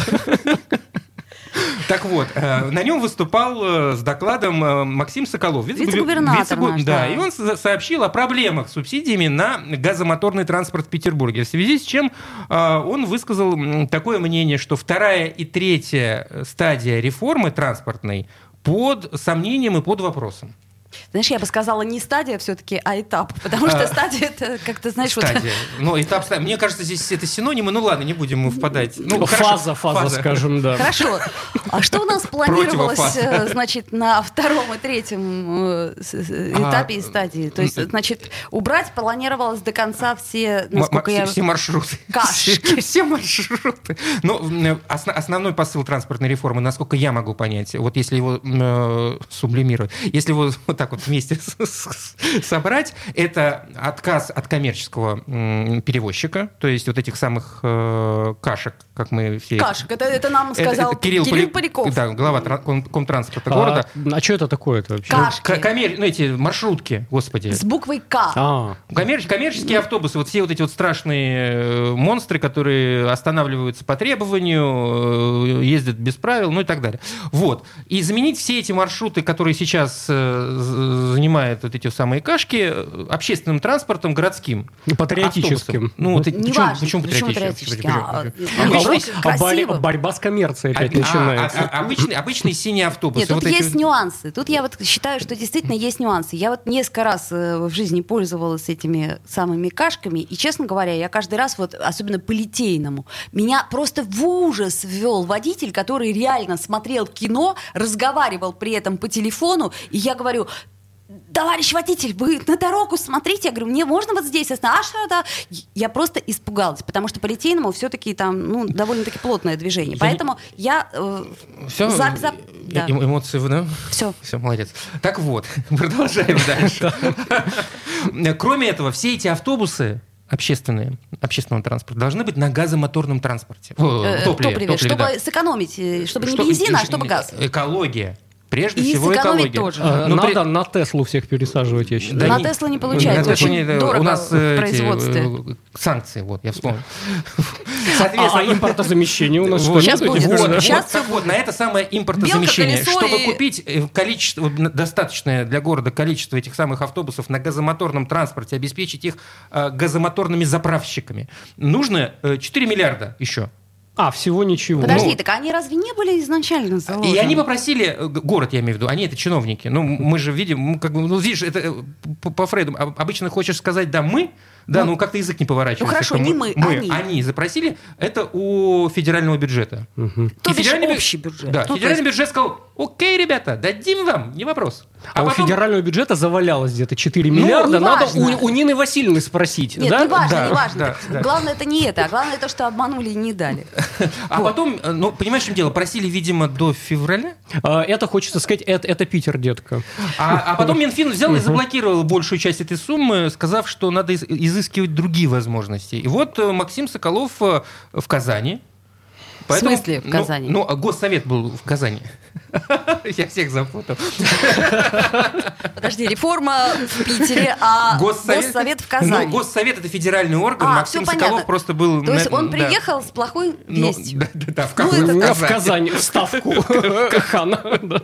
[SPEAKER 2] Так вот, э, на нем выступал э, с докладом э, Максим Соколов, вице-
[SPEAKER 1] Вице-губернатор
[SPEAKER 2] вице-гу-
[SPEAKER 1] наш,
[SPEAKER 2] да,
[SPEAKER 1] да.
[SPEAKER 2] и он со- сообщил о проблемах с субсидиями на газомоторный транспорт в Петербурге. В связи с чем э, он высказал м, такое мнение, что вторая и третья стадия реформы транспортной под сомнением и под вопросом.
[SPEAKER 1] Знаешь, я бы сказала не стадия все-таки, а этап. Потому что стадия это как-то, знаешь, вот...
[SPEAKER 2] Стадия. Ну, этап ста- Мне кажется, здесь это синонимы. Ну ладно, не будем мы впадать. Ну, хорошо.
[SPEAKER 3] Фаза, фаза, скажем, да.
[SPEAKER 1] Хорошо. А что у нас планировалось,
[SPEAKER 2] Противофаз.
[SPEAKER 1] э, значит, на втором и третьем э, с- с-
[SPEAKER 2] А,
[SPEAKER 1] этапе и стадии? То есть, значит, убрать планировалось до конца все,
[SPEAKER 2] М-
[SPEAKER 1] насколько
[SPEAKER 2] Максим,
[SPEAKER 1] я...
[SPEAKER 2] все маршруты.
[SPEAKER 1] Кашки.
[SPEAKER 2] Все, все маршруты. Но м, осно- основной посыл транспортной реформы, насколько я могу понять, вот если его м, э, сублимировать, если его вот так вот вместе с- с- с- собрать, это отказ от коммерческого м, перевозчика, то есть вот этих самых э, кашек, как мы все...
[SPEAKER 1] Кашек. Это, это нам
[SPEAKER 2] Это- это
[SPEAKER 1] сказал Кирилл,
[SPEAKER 2] Поли-
[SPEAKER 1] Поляков.
[SPEAKER 2] Да, глава тран- ком- комтранспорта
[SPEAKER 3] А
[SPEAKER 2] города.
[SPEAKER 3] а что это такое-то вообще?
[SPEAKER 1] Каш.
[SPEAKER 2] К- коммер- Ну, эти маршрутки, господи.
[SPEAKER 1] С буквой К.
[SPEAKER 3] А,
[SPEAKER 2] Коммер- коммерческие автобусы, вот все вот эти вот страшные э, монстры, которые останавливаются по требованию, э, ездят без правил, ну и так далее. Вот. И заменить все эти маршруты, которые сейчас э, з- занимают вот эти самые кашки, э, общественным транспортом городским.
[SPEAKER 3] патриотическим.
[SPEAKER 2] Автобусом. Ну, вот, эти-
[SPEAKER 1] Не
[SPEAKER 2] почему,
[SPEAKER 1] важно,
[SPEAKER 2] почему
[SPEAKER 1] почему
[SPEAKER 2] патриотическим?
[SPEAKER 1] патриотическим?
[SPEAKER 2] Почему?
[SPEAKER 1] А, а
[SPEAKER 2] Обычный-
[SPEAKER 3] Обычный-
[SPEAKER 1] очень
[SPEAKER 3] а борь-
[SPEAKER 1] красиво.
[SPEAKER 3] борьба с коммерцией опять
[SPEAKER 2] а,
[SPEAKER 3] начинается.
[SPEAKER 2] а- а- обычный, обычный синий автобус.
[SPEAKER 1] Нет,
[SPEAKER 2] И
[SPEAKER 1] тут
[SPEAKER 2] вот эти
[SPEAKER 1] есть
[SPEAKER 2] вот-
[SPEAKER 1] нюансы. Тут я вот считаю, что действительно есть нюансы. Я вот несколько раз э, в жизни пользовалась этими самыми кашками, и, честно говоря, я каждый раз, вот особенно по литейному, меня просто в ужас ввел водитель, который реально смотрел кино, разговаривал при этом по телефону, и я говорю, товарищ водитель, вы на дорогу смотрите. Я говорю, мне можно вот здесь остановиться? А, что, да. Я просто испугалась, потому что по литейному все-таки там ну, довольно-таки плотное движение. Поэтому я... э,
[SPEAKER 2] Всё?
[SPEAKER 1] за- за- да.
[SPEAKER 2] Э- э- Эмоции, да?
[SPEAKER 1] Все.
[SPEAKER 2] Все, молодец. Так вот, продолжаем дальше. Кроме этого, все эти автобусы общественные, общественного транспорта, должны быть на газомоторном транспорте. О,
[SPEAKER 1] Э,
[SPEAKER 2] топливе, топливе,
[SPEAKER 1] чтобы
[SPEAKER 2] да.
[SPEAKER 1] сэкономить, э, чтобы не
[SPEAKER 2] Что-
[SPEAKER 1] бензин, а чтобы газ.
[SPEAKER 2] э, Экология. Прежде
[SPEAKER 1] И
[SPEAKER 2] всего
[SPEAKER 1] сэкономить
[SPEAKER 2] экология.
[SPEAKER 1] тоже.
[SPEAKER 3] А,
[SPEAKER 2] Но ну, при-
[SPEAKER 3] Надо на Теслу всех пересаживать, я считаю.
[SPEAKER 2] Да
[SPEAKER 1] На
[SPEAKER 2] не-
[SPEAKER 1] Тесла не получается,
[SPEAKER 2] На
[SPEAKER 1] очень
[SPEAKER 2] Теслу не-
[SPEAKER 1] дорого
[SPEAKER 2] У нас
[SPEAKER 1] в
[SPEAKER 2] э, эти,
[SPEAKER 1] производстве.
[SPEAKER 2] э, санкции, вот, я вспомнил.
[SPEAKER 3] А, а импортозамещение у нас что,
[SPEAKER 2] Вот,
[SPEAKER 1] Сейчас
[SPEAKER 3] нет?
[SPEAKER 1] будет.
[SPEAKER 3] Никогда.
[SPEAKER 2] Вот,
[SPEAKER 1] Сейчас
[SPEAKER 2] вот,
[SPEAKER 1] всё
[SPEAKER 2] так вот, на это самое
[SPEAKER 1] Белка,
[SPEAKER 2] импортозамещение.
[SPEAKER 1] колесо
[SPEAKER 2] Чтобы
[SPEAKER 1] и-
[SPEAKER 2] купить э, количество, вот, на- достаточное для города количество этих самых автобусов на газомоторном транспорте, обеспечить их э, газомоторными заправщиками, нужно э, 4 миллиарда еще.
[SPEAKER 3] А, всего ничего.
[SPEAKER 1] Подожди,
[SPEAKER 2] Ну.
[SPEAKER 1] так они разве не были изначально заложены?
[SPEAKER 2] И они попросили, э, г- город я имею в виду, они это чиновники, ну м- мы же видим, ну, как бы, ну видишь, это э, по, по Фрейду, а- обычно хочешь сказать «да мы», Да,
[SPEAKER 1] Ну,
[SPEAKER 2] ну, как-то язык не поворачивается.
[SPEAKER 1] ну, хорошо,
[SPEAKER 2] что
[SPEAKER 1] не мы,
[SPEAKER 2] мы
[SPEAKER 1] они.
[SPEAKER 2] запросили. Это у федерального бюджета.
[SPEAKER 3] Мгм.
[SPEAKER 1] То
[SPEAKER 2] И
[SPEAKER 1] бишь
[SPEAKER 2] федеральный бю-
[SPEAKER 1] общий бюджет.
[SPEAKER 2] Да,
[SPEAKER 1] Ну, то
[SPEAKER 2] федеральный
[SPEAKER 1] есть-
[SPEAKER 2] бюджет сказал, окей, ребята, дадим вам, не вопрос.
[SPEAKER 3] А, у
[SPEAKER 2] потом-
[SPEAKER 3] федерального бюджета завалялось где-то 4
[SPEAKER 1] Ну,
[SPEAKER 3] миллиарда. Надо у,
[SPEAKER 1] неважно.
[SPEAKER 3] у Нины Васильевны спросить.
[SPEAKER 1] Нет,
[SPEAKER 3] да?
[SPEAKER 1] не важно,
[SPEAKER 2] Да,
[SPEAKER 1] не важно.
[SPEAKER 2] да, да.
[SPEAKER 1] Главное это не это, а главное то, что обманули и не дали.
[SPEAKER 2] А потом, э, ну, понимаешь, в чем дело, просили, видимо, до февраля,
[SPEAKER 3] А, Это хочется сказать, это, это Питер, детка.
[SPEAKER 2] а, а потом Минфин взял и заблокировал большую часть этой суммы, сказав, что надо из- изыскивать другие возможности. И вот э, Максим Соколов э, в Казани.
[SPEAKER 1] смысле в
[SPEAKER 2] ну,
[SPEAKER 1] Казани?
[SPEAKER 2] Ну, а госсовет был в Казани. Я всех запутал.
[SPEAKER 1] Подожди, реформа в Питере, а
[SPEAKER 2] Госсовет,
[SPEAKER 1] госсовет в Казани.
[SPEAKER 2] Ну, Госсовет это федеральный орган.
[SPEAKER 1] А,
[SPEAKER 2] Максим
[SPEAKER 1] всё
[SPEAKER 2] Соколов
[SPEAKER 1] понятно.
[SPEAKER 2] просто был.
[SPEAKER 1] То есть
[SPEAKER 2] на-
[SPEAKER 1] он
[SPEAKER 2] да.
[SPEAKER 1] приехал с плохой
[SPEAKER 2] Ну,
[SPEAKER 1] вестью.
[SPEAKER 2] да, да, да, в
[SPEAKER 1] Ну,
[SPEAKER 2] какой
[SPEAKER 1] это
[SPEAKER 3] Ну,
[SPEAKER 2] в
[SPEAKER 3] В Казань, в Ставку. Кахана. да.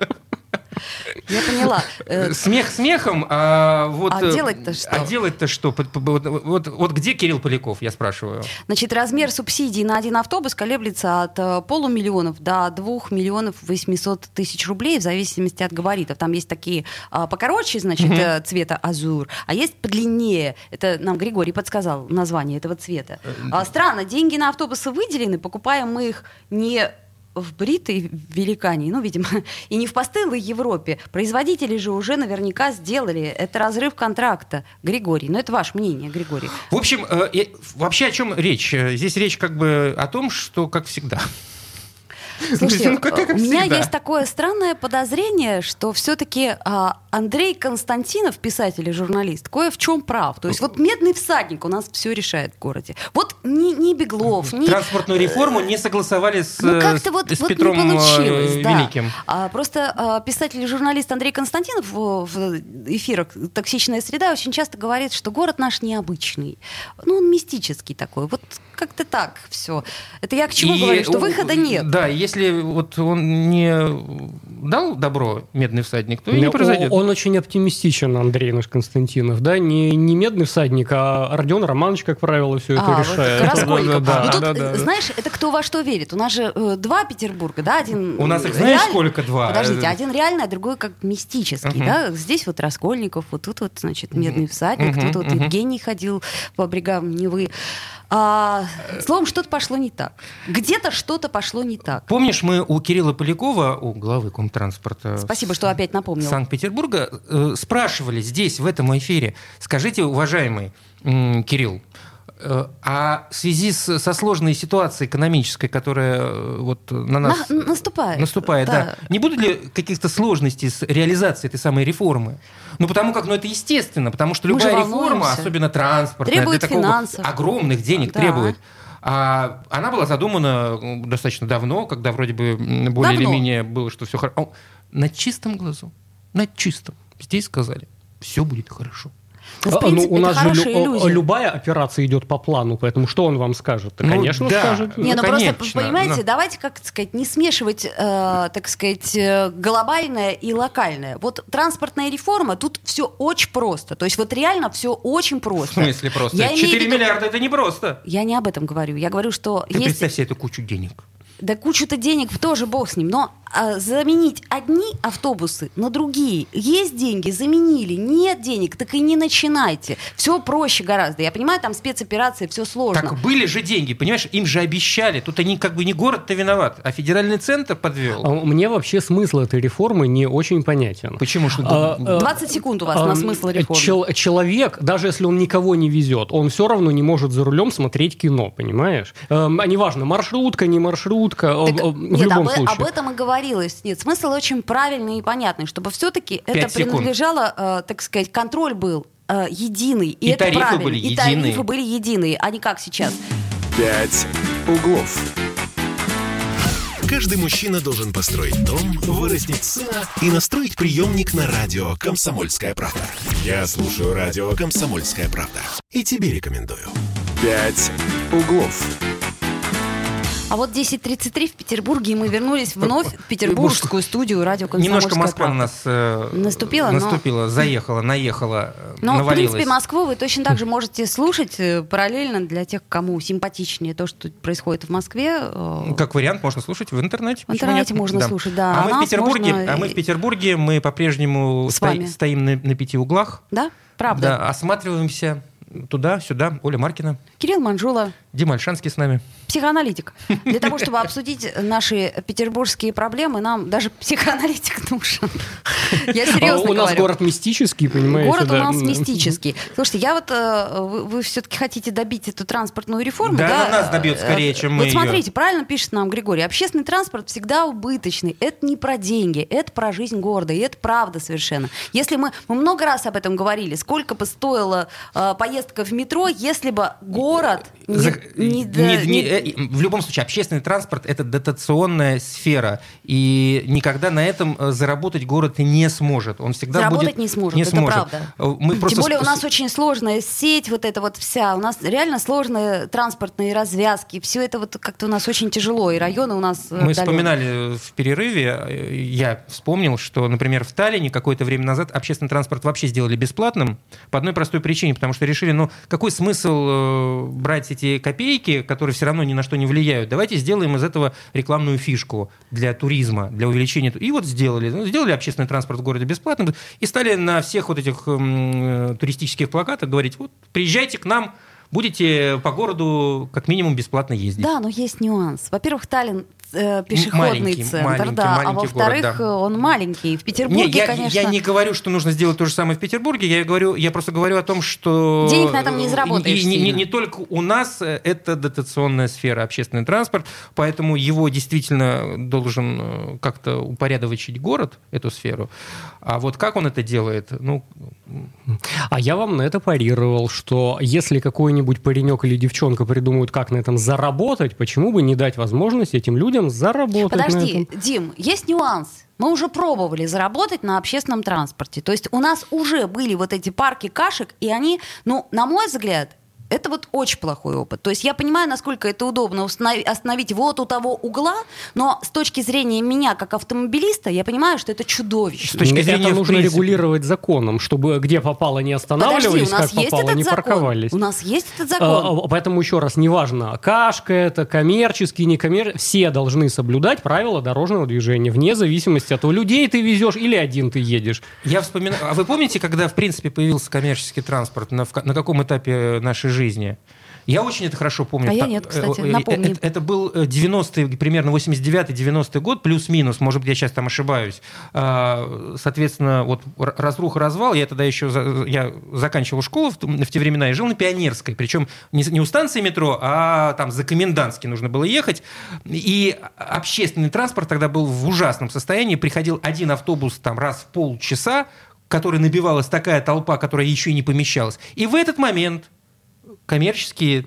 [SPEAKER 1] Я поняла. Э,
[SPEAKER 2] Смех смехом, а вот...
[SPEAKER 1] А
[SPEAKER 2] э,
[SPEAKER 1] делать-то что?
[SPEAKER 2] А делать-то что? П- п- Вот, вот- вот где Кирилл Поляков, я спрашиваю?
[SPEAKER 1] Значит, размер субсидий на один автобус колеблется от э, полумиллионов до 2 миллионов 800 тысяч рублей в зависимости от габаритов. Там есть такие а, покороче, значит,
[SPEAKER 2] Мгм.
[SPEAKER 1] э, цвета азур, а есть подлиннее. Это нам Григорий подсказал название этого цвета. А, странно, деньги на автобусы выделены, покупаем мы их не в Бритой Великании, ну, видимо, и не в постылой Европе. Производители же уже наверняка сделали. Это разрыв контракта, Григорий. Но это ваше мнение, Григорий.
[SPEAKER 2] В общем, э, э, вообще о чем речь? Э, Здесь речь как бы о том, что как всегда.
[SPEAKER 1] Слушайте,
[SPEAKER 2] Ну, как- как
[SPEAKER 1] у меня
[SPEAKER 2] всегда.
[SPEAKER 1] есть такое странное подозрение, что все-таки Андрей Константинов, писатель и журналист, кое в чем прав. То есть вот медный всадник у нас все решает в городе. Вот ни, ни Беглов, ни...
[SPEAKER 2] Транспортную реформу не согласовали с,
[SPEAKER 1] Ну,
[SPEAKER 2] э,
[SPEAKER 1] как-то
[SPEAKER 2] с-
[SPEAKER 1] вот,
[SPEAKER 2] с
[SPEAKER 1] вот
[SPEAKER 2] Петром
[SPEAKER 1] не
[SPEAKER 2] э,
[SPEAKER 1] получилось, да.
[SPEAKER 2] Великим.
[SPEAKER 1] А, просто а, писатель и журналист Андрей Константинов э, в, в эфирах «Токсичная среда» очень часто говорит, что город наш необычный. Ну, он мистический такой. Вот как-то так все. Это я к чему
[SPEAKER 2] И,
[SPEAKER 1] говорю, что
[SPEAKER 2] у-
[SPEAKER 1] выхода нет.
[SPEAKER 2] Да, если вот он не дал добро медный всадник, то и не
[SPEAKER 3] Ну,
[SPEAKER 2] произойдет.
[SPEAKER 3] Он очень оптимистичен, Андрей наш Константинов. Да, не, не медный всадник, а Родион Романович, как правило, все это
[SPEAKER 1] А, вот
[SPEAKER 3] решает.
[SPEAKER 1] это Раскольников.
[SPEAKER 2] Да-да-да.
[SPEAKER 1] Ну, тут,
[SPEAKER 2] Да-да-да.
[SPEAKER 1] э, знаешь, это кто во что верит. У нас же э, два Петербурга, да, один...
[SPEAKER 2] У нас их
[SPEAKER 1] э,
[SPEAKER 2] знаешь
[SPEAKER 1] реаль-
[SPEAKER 2] сколько? Два.
[SPEAKER 1] Подождите, один реальный, а другой как мистический,
[SPEAKER 2] Мгм.
[SPEAKER 1] да? Здесь вот Раскольников, вот тут вот, значит, Медный всадник,
[SPEAKER 2] Мгм,
[SPEAKER 1] тут вот
[SPEAKER 2] мгм.
[SPEAKER 1] Евгений ходил по бригам Невы. А, словом, что-то пошло не так. Где-то что-то пошло не так.
[SPEAKER 2] Помнишь, мы у Кирилла Полякова, у главы Комтранспорта
[SPEAKER 1] Спасибо, что опять напомнил.
[SPEAKER 2] Санкт-Петербурга, э, спрашивали здесь, в этом эфире, скажите, уважаемый м, Кирилл, э, а в связи с- со сложной ситуацией экономической, которая э, вот на
[SPEAKER 1] На-
[SPEAKER 2] нас
[SPEAKER 1] наступает.
[SPEAKER 2] наступает, да. не будут ли каких-то сложностей с реализацией этой самой реформы? Ну, потому как, ну, это естественно, потому что
[SPEAKER 1] Мы же
[SPEAKER 2] любая реформа,
[SPEAKER 1] волнуемся.
[SPEAKER 2] особенно транспортная,
[SPEAKER 1] Требует
[SPEAKER 2] для такого
[SPEAKER 1] финансов.
[SPEAKER 2] огромных денег
[SPEAKER 1] Да.
[SPEAKER 2] требует. А она была задумана м, достаточно давно, когда вроде бы м, более или
[SPEAKER 1] Давно.
[SPEAKER 2] менее было, что а, все хорошо. На чистом глазу, на чистом, здесь сказали, все будет хорошо.
[SPEAKER 1] Ну, в
[SPEAKER 3] А,
[SPEAKER 1] принципе,
[SPEAKER 3] ну, у
[SPEAKER 1] это
[SPEAKER 3] нас же лю-
[SPEAKER 1] хорошая иллюзия.
[SPEAKER 3] о- любая операция идет по плану, поэтому что он вам скажет? Да,
[SPEAKER 2] Ну,
[SPEAKER 3] конечно,
[SPEAKER 2] да.
[SPEAKER 3] скажет.
[SPEAKER 1] Не,
[SPEAKER 2] Ну,
[SPEAKER 1] ну, просто,
[SPEAKER 2] конечно, ну.
[SPEAKER 1] понимаете,
[SPEAKER 2] да.
[SPEAKER 1] давайте, как так сказать, не смешивать, э, так сказать, э, глобальное и локальное. Вот транспортная реформа, тут все очень просто. То есть вот реально все очень
[SPEAKER 2] В
[SPEAKER 1] просто.
[SPEAKER 2] смысле просто?
[SPEAKER 1] Я имею
[SPEAKER 2] 4
[SPEAKER 1] в виду-
[SPEAKER 2] миллиарда это не просто.
[SPEAKER 1] Я не об этом говорю. Я говорю, что
[SPEAKER 2] Ты
[SPEAKER 1] есть...
[SPEAKER 2] представь себе эту кучу денег.
[SPEAKER 1] Да кучу-то денег тоже бог с ним. Но а, заменить одни автобусы на другие. Есть деньги, заменили. Нет денег, так и не начинайте. Все проще гораздо. Я понимаю, там спецоперации, все сложно.
[SPEAKER 2] Так были же деньги, понимаешь, им же обещали. Тут они как бы не город-то виноват, а федеральный центр
[SPEAKER 3] А
[SPEAKER 2] подвел.
[SPEAKER 3] Мне вообще смысл этой реформы не очень понятен.
[SPEAKER 2] Почему что?
[SPEAKER 3] А, а,
[SPEAKER 1] 20 секунд у вас на
[SPEAKER 3] Эм,
[SPEAKER 1] смысл
[SPEAKER 2] а,
[SPEAKER 1] реформы.
[SPEAKER 3] чел- человек, даже если он никого не везет, он все равно не может за рулем смотреть кино, понимаешь? Эм, а неважно, маршрутка, не маршрутка, э,
[SPEAKER 1] Так,
[SPEAKER 3] э, в
[SPEAKER 1] нет,
[SPEAKER 3] любом
[SPEAKER 1] об, э-
[SPEAKER 3] случае.
[SPEAKER 1] об этом и говорилось. Нет, смысл очень правильный и понятный, чтобы все-таки это
[SPEAKER 2] Пять секунд.
[SPEAKER 1] принадлежало, э, так сказать, контроль был э, единый. И,
[SPEAKER 2] И
[SPEAKER 1] это
[SPEAKER 2] тарифы
[SPEAKER 1] правильно.
[SPEAKER 2] были
[SPEAKER 1] и
[SPEAKER 2] единые.
[SPEAKER 1] тарифы были единые, а не как сейчас.
[SPEAKER 6] Пять углов. Каждый мужчина должен построить дом, вырастить сына и настроить приемник на радио «Комсомольская правда». Я слушаю радио «Комсомольская правда» и тебе рекомендую. Пять углов.
[SPEAKER 1] А вот 10.33 в Петербурге, и мы вернулись вновь в петербургскую студию радио
[SPEAKER 2] Немножко Москва
[SPEAKER 1] «Комсомольская
[SPEAKER 2] на нас э,
[SPEAKER 1] Наступила, но-
[SPEAKER 2] наступила, заехала, наехала, э,
[SPEAKER 1] Но, в
[SPEAKER 2] навалилась.
[SPEAKER 1] принципе, Москву вы точно так же можете слушать э, параллельно для тех, кому симпатичнее то, что происходит в Москве. э,
[SPEAKER 2] Как вариант можно слушать в интернете.
[SPEAKER 1] В
[SPEAKER 2] почему
[SPEAKER 1] интернете
[SPEAKER 2] нет?
[SPEAKER 1] можно слушать, да.
[SPEAKER 2] А,
[SPEAKER 1] А
[SPEAKER 2] мы в
[SPEAKER 1] нас
[SPEAKER 2] Петербурге,
[SPEAKER 1] можно
[SPEAKER 2] а мы
[SPEAKER 1] и-
[SPEAKER 2] в Петербурге, мы по-прежмему
[SPEAKER 1] С
[SPEAKER 2] сто-
[SPEAKER 1] вами.
[SPEAKER 2] стоим на, на пяти углах,
[SPEAKER 1] Да? Правда.
[SPEAKER 2] Да, осматриваемся, туда, сюда. Оля Маркина,
[SPEAKER 1] Кирилл Манжула,
[SPEAKER 2] Дима Альшанский с нами.
[SPEAKER 1] психоаналитик. Для того, чтобы обсудить наши петербургские проблемы, нам даже психоаналитик нужен. Я
[SPEAKER 3] А
[SPEAKER 1] серьезно
[SPEAKER 3] у нас
[SPEAKER 1] говорю.
[SPEAKER 3] город мистический, понимаете?
[SPEAKER 1] Город у
[SPEAKER 3] да.
[SPEAKER 1] нас мистический. Слушайте, я вот э, вы, все-таки хотите добить эту транспортную реформу,
[SPEAKER 2] Да,
[SPEAKER 1] да?
[SPEAKER 2] она нас добьет скорее, чем мы
[SPEAKER 1] Вот
[SPEAKER 2] её.
[SPEAKER 1] смотрите, правильно пишет нам Григорий, общественный транспорт всегда убыточный. Это не про деньги, это про жизнь города, и это правда совершенно. Если мы мы много раз об этом говорили, сколько бы стоила э, поездка в метро, если бы город не-
[SPEAKER 2] За-
[SPEAKER 1] не
[SPEAKER 2] не-
[SPEAKER 1] да-
[SPEAKER 2] не-
[SPEAKER 1] не-
[SPEAKER 2] э, и, В любом случае, общественный транспорт это дотационная сфера, и никогда на этом э, заработать город не сможет. Он всегда
[SPEAKER 1] Заработать
[SPEAKER 2] будет-
[SPEAKER 1] не сможет, это правда.
[SPEAKER 2] Э, Мы просто
[SPEAKER 1] Тем более у
[SPEAKER 2] с-
[SPEAKER 1] нас очень сложная сеть, вот эта вот вся. У нас реально сложные транспортные развязки. Все это вот как-то у нас очень тяжело. И районы у нас э,
[SPEAKER 2] Мы
[SPEAKER 1] отдалённые.
[SPEAKER 2] вспоминали э, в перерыве, э, я вспомнил, что, например, в Таллине какое-то время назад общественный транспорт вообще сделали бесплатным по одной простой причине, потому что решили, ну, какой смысл э, брать эти копейки, которые все равно ни на что не влияют, давайте сделаем из этого рекламную фишку для туризма, для увеличения. ту- И вот сделали, Ну, сделали общественный транспорт в городе бесплатным и стали на всех вот этих эм, э, туристических плакатах говорить, вот, приезжайте к нам, будете по городу как минимум бесплатно ездить.
[SPEAKER 1] Да, но есть нюанс. Во-первых, Таллин э, пешеходный
[SPEAKER 2] Маленький,
[SPEAKER 1] центр,
[SPEAKER 2] маленький,
[SPEAKER 1] да, а
[SPEAKER 2] маленький
[SPEAKER 1] во-вторых,
[SPEAKER 2] город, да.
[SPEAKER 1] э, он маленький. В Петербурге,
[SPEAKER 2] Не, я,
[SPEAKER 1] конечно,
[SPEAKER 2] я не говорю, что нужно сделать то же самое в Петербурге. Я говорю, я просто говорю о том, что
[SPEAKER 1] Денег на этом не заработаешь
[SPEAKER 2] И не, не-
[SPEAKER 1] сильно.
[SPEAKER 2] не только у нас э, это дотационная сфера общественный транспорт, поэтому его действительно должен э, как-то упорядочить город эту сферу. А вот как он это делает? Ну,
[SPEAKER 3] А я вам на это парировал, что если какой-нибудь паренек или девчонка придумают, как на этом заработать, почему бы не дать возможность этим людям заработать на этом?
[SPEAKER 1] Подожди, Дим, есть нюанс. Мы уже пробовали заработать на общественном транспорте. То есть у нас уже были вот эти парки кашек, и они, ну, на мой взгляд, это вот очень плохой опыт. То есть я понимаю, насколько это удобно установи- остановить вот у того угла, но с точки зрения меня как автомобилиста, я понимаю, что это
[SPEAKER 2] с
[SPEAKER 1] чудовищно.
[SPEAKER 2] точки
[SPEAKER 3] это
[SPEAKER 2] зрения в
[SPEAKER 3] нужно
[SPEAKER 2] принципе-
[SPEAKER 3] регулировать законом, чтобы где попало не
[SPEAKER 1] Подожди,
[SPEAKER 3] останавливались,
[SPEAKER 1] у нас
[SPEAKER 3] как
[SPEAKER 1] есть
[SPEAKER 3] попало
[SPEAKER 1] этот
[SPEAKER 3] не
[SPEAKER 1] закон?
[SPEAKER 3] парковались.
[SPEAKER 1] У нас есть этот закон.
[SPEAKER 3] А, а, Поэтому еще раз, неважно, кашка это, коммерческий, некоммерческий, все должны соблюдать правила дорожного движения, вне зависимости от того, людей ты везешь или один ты едешь.
[SPEAKER 2] Я вспоминаю. А вы помните, когда в принципе появился коммерческий транспорт? На, в ка- на каком этапе нашей жизни? Я очень это хорошо помню.
[SPEAKER 1] А я
[SPEAKER 2] Та-
[SPEAKER 1] нет, кстати,
[SPEAKER 2] э, э, э,
[SPEAKER 1] напомни.
[SPEAKER 2] Это, это был э, 90-й, примерно 89-90 год, плюс-минус, может быть, я сейчас там ошибаюсь. А, Соответственно, вот р- разруха, развал, я тогда еще за- я заканчивал школу в, т- в те времена и жил на Пионерской, причем не, с- не у станции метро, а там за Комендантский нужно было ехать, и общественный транспорт тогда был в ужасном состоянии, приходил один автобус там раз в полчаса, в который набивалась такая толпа, которая еще и не помещалась. И в этот момент коммерческие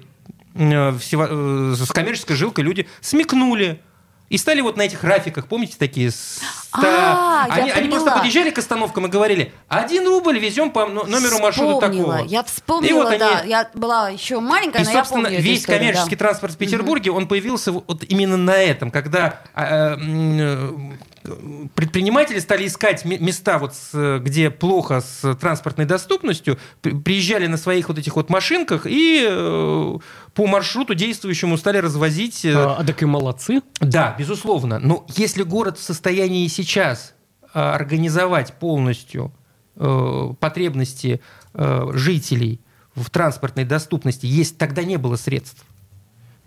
[SPEAKER 2] э, всево- э, с коммерческой жилкой люди смекнули и стали вот на этих рафиках, помните, такие... ста-
[SPEAKER 1] А, я
[SPEAKER 2] они, они
[SPEAKER 1] поняла.
[SPEAKER 2] просто подъезжали к остановкам и говорили, один рубль везем по но- номеру маршрута
[SPEAKER 1] Вспомнила,
[SPEAKER 2] такого.
[SPEAKER 1] Я
[SPEAKER 2] И
[SPEAKER 1] вспомнила,
[SPEAKER 2] вот они-
[SPEAKER 1] да. Я была еще маленькая,
[SPEAKER 2] И,
[SPEAKER 1] но
[SPEAKER 2] собственно,
[SPEAKER 1] я помню эту
[SPEAKER 2] весь
[SPEAKER 1] историю, да.
[SPEAKER 2] коммерческий транспорт в Петербурге, он появился вот именно на этом, когда а, м, э, предприниматели стали искать ме- места, вот с, э, где плохо с транспортной доступностью, при- приезжали на своих вот этих вот машинках и э, по маршруту действующему стали развозить... э,
[SPEAKER 3] А, так и молодцы.
[SPEAKER 2] Да, безусловно. Но если город в состоянии сейчас э, организовать полностью э, потребности э, жителей в транспортной доступности, есть тогда не было средств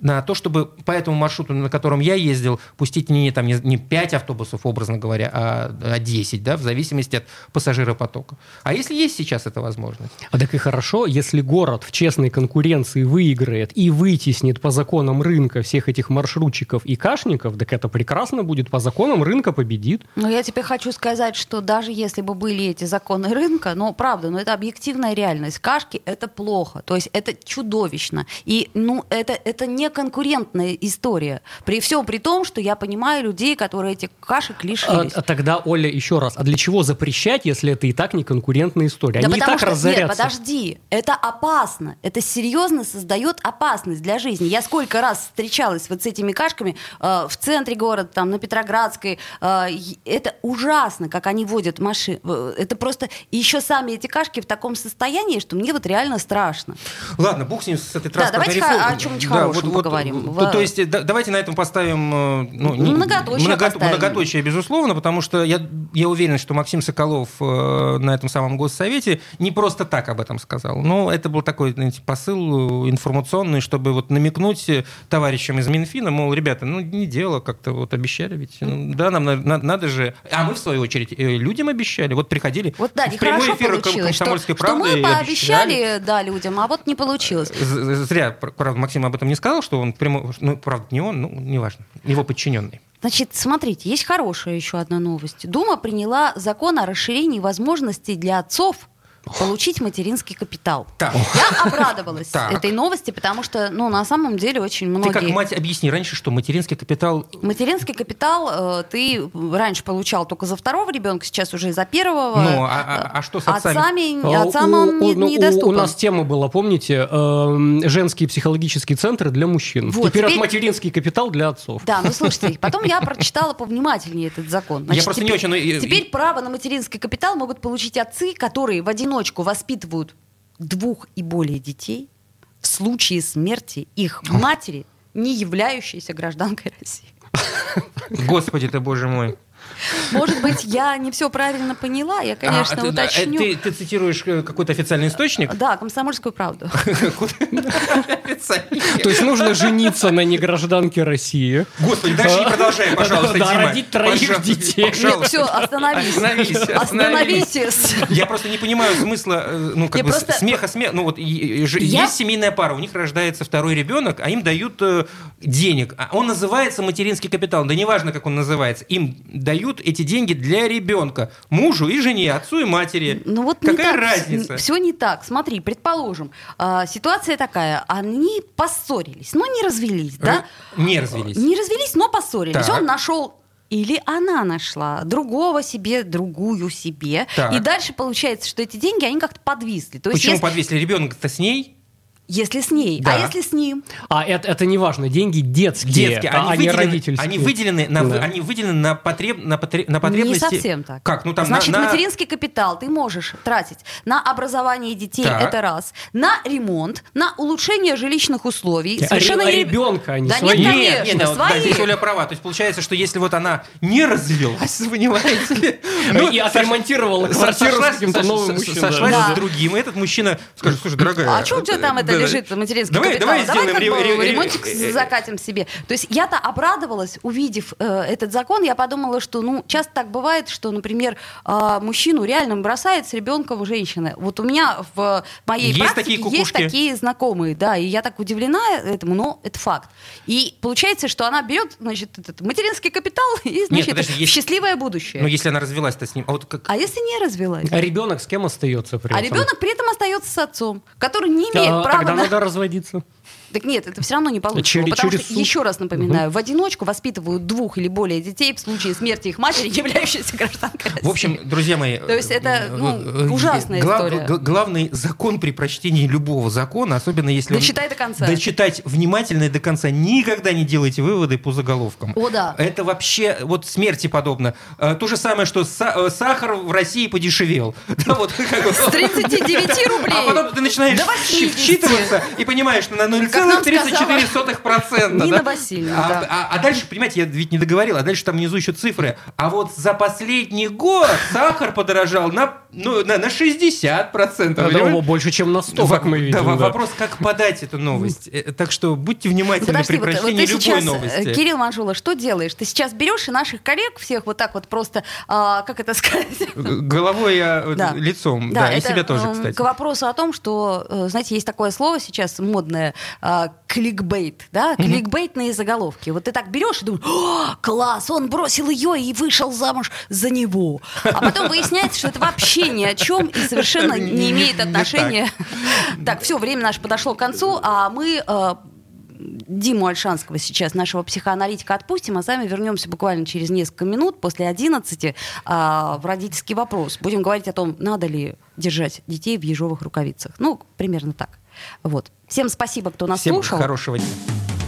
[SPEAKER 2] на то, чтобы по этому маршруту, на котором я ездил, пустить не, там, не, не 5 автобусов, образно говоря, а, а 10, да, в зависимости от пассажиропотока. А если есть сейчас эта возможность?
[SPEAKER 3] А так и хорошо, если город в честной конкуренции выиграет и вытеснит по законам рынка всех этих маршрутчиков и кашников, так это прекрасно будет, по законам рынка победит.
[SPEAKER 1] Но Ну, я тебе хочу сказать, что даже если бы были эти законы рынка, ну, правда, но это объективная реальность. Кашки – это плохо, то есть это чудовищно. И, ну, это, это не конкурентная история. При всем при том, что я понимаю людей, которые этих кашек
[SPEAKER 3] А,
[SPEAKER 1] лишились.
[SPEAKER 3] а тогда, Оля, еще раз, а для чего запрещать, если это и так не конкурентная история? Они и так
[SPEAKER 1] нет,
[SPEAKER 3] разорятся.
[SPEAKER 1] подожди, это опасно, это серьезно создает опасность для жизни. Я сколько раз встречалась вот с этими кашками э, в центре города, там на Петроградской, э, и это ужасно, как они водят машины. Это просто и еще сами эти кашки в таком состоянии, что мне вот реально страшно.
[SPEAKER 2] Ладно, бог с ним с этой
[SPEAKER 1] Да,
[SPEAKER 2] транспортной
[SPEAKER 1] давайте
[SPEAKER 2] реформой.
[SPEAKER 1] о чем-нибудь
[SPEAKER 2] Да,
[SPEAKER 1] хорошем,
[SPEAKER 2] вот- вот,
[SPEAKER 1] мы говорим.
[SPEAKER 2] то-
[SPEAKER 1] Во-
[SPEAKER 2] То, есть да- давайте на этом поставим э, ну, не-
[SPEAKER 1] Многоточие
[SPEAKER 2] многото-
[SPEAKER 1] поставим.
[SPEAKER 2] многоточие, безусловно, потому что я, я уверен, что Максим Соколов э, на этом самом Госсовете не просто так об этом сказал. Но это был такой знаете, посыл э, информационный, чтобы вот намекнуть э, товарищам из Минфина, мол, ребята, ну не дело, как-то вот обещали ведь. Ну, да, нам на- на- надо же... А мы, в свою очередь, э, людям обещали. Вот приходили
[SPEAKER 1] Вот да,
[SPEAKER 2] в
[SPEAKER 1] нехорошо
[SPEAKER 2] прямой эфир ком-
[SPEAKER 1] получилось, что,
[SPEAKER 2] «Комсомольской
[SPEAKER 1] что мы
[SPEAKER 2] правды» и обещали.
[SPEAKER 1] пообещали, да, людям, а вот не получилось.
[SPEAKER 2] З- з- Зря, пр- правда, Максим об этом не сказал, что он прямо, ну, правда, не он, ну, неважно, его подчиненный.
[SPEAKER 1] Значит, смотрите, есть хорошая еще одна новость. Дума приняла закон о расширении возможностей для отцов получить материнский капитал.
[SPEAKER 2] Так,
[SPEAKER 1] Я обрадовалась
[SPEAKER 2] Так.
[SPEAKER 1] этой новости, потому что, ну, на самом деле очень
[SPEAKER 2] ты
[SPEAKER 1] многие...
[SPEAKER 2] как мать объясни раньше, что материнский капитал...
[SPEAKER 1] Материнский капитал э, ты раньше получал только за второго ребенка, сейчас уже и за первого.
[SPEAKER 2] Ну, а, а- а что с отцами?
[SPEAKER 1] Отцами,
[SPEAKER 3] А,
[SPEAKER 1] отцам
[SPEAKER 3] у-
[SPEAKER 1] он не-
[SPEAKER 3] у- ну, у-
[SPEAKER 1] недоступен.
[SPEAKER 3] У нас тема была, помните, эм, женские психологические центры для мужчин.
[SPEAKER 1] Вот,
[SPEAKER 3] теперь,
[SPEAKER 1] теперь-
[SPEAKER 3] от материнский капитал для отцов.
[SPEAKER 1] Да, ну слушайте, потом я прочитала повнимательнее этот закон.
[SPEAKER 2] я просто
[SPEAKER 1] теперь-
[SPEAKER 2] не очень... ну, и-
[SPEAKER 1] Теперь право на материнский капитал могут получить отцы, которые в одиночку воспитывают двух и более детей в случае смерти их матери, не являющейся гражданкой России.
[SPEAKER 2] и- Господи ты, боже мой.
[SPEAKER 1] Может быть, я не все правильно поняла, я, конечно,
[SPEAKER 2] А, ты-
[SPEAKER 1] уточню.
[SPEAKER 2] э, Ты, ты цитируешь э, какой-то официальный источник?
[SPEAKER 1] Да, комсомольскую правду.
[SPEAKER 2] Официальный.
[SPEAKER 3] То есть нужно жениться на негражданке России.
[SPEAKER 2] Господи, дальше не продолжай, пожалуйста,
[SPEAKER 3] Да,
[SPEAKER 2] Дима.
[SPEAKER 3] родить троих
[SPEAKER 2] Пожалуйста,
[SPEAKER 3] детей.
[SPEAKER 2] пожалуйста.
[SPEAKER 1] Все, остановись.
[SPEAKER 2] Остановись, остановись.
[SPEAKER 1] Остановись.
[SPEAKER 2] Я просто не понимаю смысла, э, ну, как
[SPEAKER 1] Я
[SPEAKER 2] бы, с-
[SPEAKER 1] просто-
[SPEAKER 2] смеха, смеха. Ну, вот и- и же-
[SPEAKER 1] Я-
[SPEAKER 2] есть семейная пара, у них рождается второй ребенок, а им дают э, денег. А он называется материнский капитал. Да неважно, как он называется. Им дают эти деньги для ребенка. Мужу и жене, отцу и матери.
[SPEAKER 1] Ну вот не
[SPEAKER 2] Какая
[SPEAKER 1] так.
[SPEAKER 2] разница?
[SPEAKER 1] Все не так. Смотри, предположим, а, ситуация такая: они поссорились, но не развелись, да?
[SPEAKER 2] Э, Не развелись.
[SPEAKER 1] Не развелись, но поссорились.
[SPEAKER 2] Так.
[SPEAKER 1] Он нашел или она нашла другого себе, другую себе.
[SPEAKER 2] Так.
[SPEAKER 1] И дальше получается, что эти деньги, они как-то подвисли. То есть,
[SPEAKER 2] Почему
[SPEAKER 1] если,
[SPEAKER 2] подвесили ребенка-то с ней?
[SPEAKER 1] если с ней,
[SPEAKER 2] Да.
[SPEAKER 1] а если с ним?
[SPEAKER 3] А это, это не важно, деньги детские,
[SPEAKER 2] Детские,
[SPEAKER 3] а
[SPEAKER 2] они,
[SPEAKER 3] не
[SPEAKER 2] выделены,
[SPEAKER 3] родительские.
[SPEAKER 2] они выделены на,
[SPEAKER 3] Да.
[SPEAKER 2] они выделены на, потреб, на, потре- на потребности.
[SPEAKER 1] Не совсем так.
[SPEAKER 2] Как? Ну там на-
[SPEAKER 1] Значит,
[SPEAKER 2] на,
[SPEAKER 1] материнский капитал ты можешь тратить на образование детей,
[SPEAKER 2] Так.
[SPEAKER 1] это раз, на ремонт, на улучшение жилищных условий.
[SPEAKER 2] Э,
[SPEAKER 3] А
[SPEAKER 1] Совершенно
[SPEAKER 3] ре-
[SPEAKER 1] не-
[SPEAKER 3] ребенка, а не
[SPEAKER 1] Да нет,
[SPEAKER 3] своих.
[SPEAKER 1] конечно,
[SPEAKER 2] Нет, нет, да, вот, да,
[SPEAKER 1] свои.
[SPEAKER 2] здесь Оля права. То есть получается, что если вот она не развелась, вы понимаете ли,
[SPEAKER 3] Ну, и отремонтировала
[SPEAKER 2] со-
[SPEAKER 3] квартиру
[SPEAKER 2] сошлась-
[SPEAKER 3] с каким-то
[SPEAKER 2] со-
[SPEAKER 3] новым
[SPEAKER 2] со-
[SPEAKER 3] мужчиной.
[SPEAKER 2] Сошлась
[SPEAKER 1] Да.
[SPEAKER 2] с другим, и этот мужчина скажет, слушай, дорогая...
[SPEAKER 1] А что у тебя там это
[SPEAKER 2] да,
[SPEAKER 1] лежит, материнский
[SPEAKER 2] давай-
[SPEAKER 1] капитал?
[SPEAKER 2] Давай сделаем
[SPEAKER 1] как
[SPEAKER 2] ре-
[SPEAKER 1] бы
[SPEAKER 2] ре- ре-
[SPEAKER 1] ремонтик с- закатим себе. То есть я-то обрадовалась, увидев э, этот закон, я подумала, что ну часто так бывает, что, например, э, мужчину реально бросает с ребенком женщина. Вот у меня в моей
[SPEAKER 2] Есть
[SPEAKER 1] практике
[SPEAKER 2] такие
[SPEAKER 1] есть
[SPEAKER 2] кукушки.
[SPEAKER 1] такие знакомые, да, и я так удивлена этому, но это факт. И получается, что она берет, значит, этот материнский капитал и, значит,
[SPEAKER 2] подожди,
[SPEAKER 1] в
[SPEAKER 2] есть-
[SPEAKER 1] счастливое будущее.
[SPEAKER 2] Ну, если она развелась-то с ним, а вот как...
[SPEAKER 1] А если не развелась?
[SPEAKER 3] А ребенок с кем остается при
[SPEAKER 1] А
[SPEAKER 3] этом?
[SPEAKER 1] ребенок при этом остается с отцом, который не
[SPEAKER 3] А,
[SPEAKER 1] имеет права
[SPEAKER 3] Тогда
[SPEAKER 1] на
[SPEAKER 3] надо разводиться.
[SPEAKER 1] Так нет, это все равно не получится. Ну,
[SPEAKER 3] Через-
[SPEAKER 1] потому
[SPEAKER 3] через
[SPEAKER 1] что,
[SPEAKER 3] суд.
[SPEAKER 1] еще раз напоминаю, в одиночку воспитывают двух или более детей в случае смерти их матери, являющейся гражданкой России.
[SPEAKER 2] В общем, друзья мои...
[SPEAKER 1] То есть это, ну,
[SPEAKER 2] э, э,
[SPEAKER 1] ужасная
[SPEAKER 2] глав-
[SPEAKER 1] история.
[SPEAKER 2] г- Главный закон при прочтении любого закона, особенно если он...
[SPEAKER 1] Дочитай до конца.
[SPEAKER 2] Дочитать внимательно и до конца. Никогда не делайте выводы по заголовкам.
[SPEAKER 1] О, да.
[SPEAKER 2] Это вообще вот смерти подобно. Э, То же самое, что са- э, сахар в России подешевел. Да, вот как вот.
[SPEAKER 1] С 39 рублей.
[SPEAKER 2] А потом ты начинаешь
[SPEAKER 1] До 80.
[SPEAKER 2] вчитываться и понимаешь, что на
[SPEAKER 1] нам сказала
[SPEAKER 2] 0,34%.
[SPEAKER 1] Нина
[SPEAKER 2] да?
[SPEAKER 1] Васильевна,
[SPEAKER 2] А-
[SPEAKER 1] да.
[SPEAKER 2] а- А дальше, понимаете, я ведь не договорил, а дальше там внизу еще цифры. А вот за последний год сахар подорожал на ну, на на 60%.
[SPEAKER 3] Да,
[SPEAKER 2] понимаете?
[SPEAKER 3] больше, чем на 100,
[SPEAKER 2] Во-
[SPEAKER 3] как мы
[SPEAKER 2] да,
[SPEAKER 3] видим.
[SPEAKER 2] во-
[SPEAKER 3] да.
[SPEAKER 2] Вопрос, как подать эту новость. Э, Так что будьте
[SPEAKER 1] Ну,
[SPEAKER 2] внимательны
[SPEAKER 1] Подожди,
[SPEAKER 2] при
[SPEAKER 1] вот, вот
[SPEAKER 2] прочтении
[SPEAKER 1] ты
[SPEAKER 2] любой
[SPEAKER 1] сейчас, э,
[SPEAKER 2] новости.
[SPEAKER 1] Кирилл Манжула, что делаешь? Ты сейчас берешь и наших коллег всех вот так вот просто, а, как это сказать?
[SPEAKER 2] Г- Головой, я, э,
[SPEAKER 1] Да.
[SPEAKER 2] лицом, да, и
[SPEAKER 1] это, эм,
[SPEAKER 2] себя тоже,
[SPEAKER 1] м,
[SPEAKER 2] кстати.
[SPEAKER 1] К вопросу о том, что, э, знаете, есть такое слово сейчас модное, а, кликбейт, да, кликбейтные заголовки. Вот ты так берешь и думаешь, «О, класс, он бросил ее и вышел замуж за него. А потом выясняется, что это вообще ни о чем и совершенно не имеет
[SPEAKER 2] Не так.
[SPEAKER 1] отношения. Так, все, время наше подошло к концу, а мы... э, Диму Альшанского сейчас, нашего психоаналитика, отпустим, а сами вернемся буквально через несколько минут после 11 а, в родительский вопрос. Будем говорить о том, надо ли держать детей в ежовых рукавицах. Ну, примерно так. Вот. Всем спасибо, кто нас
[SPEAKER 2] Всем
[SPEAKER 1] слушал.
[SPEAKER 2] хорошего дня.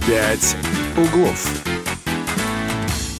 [SPEAKER 6] «Пять углов».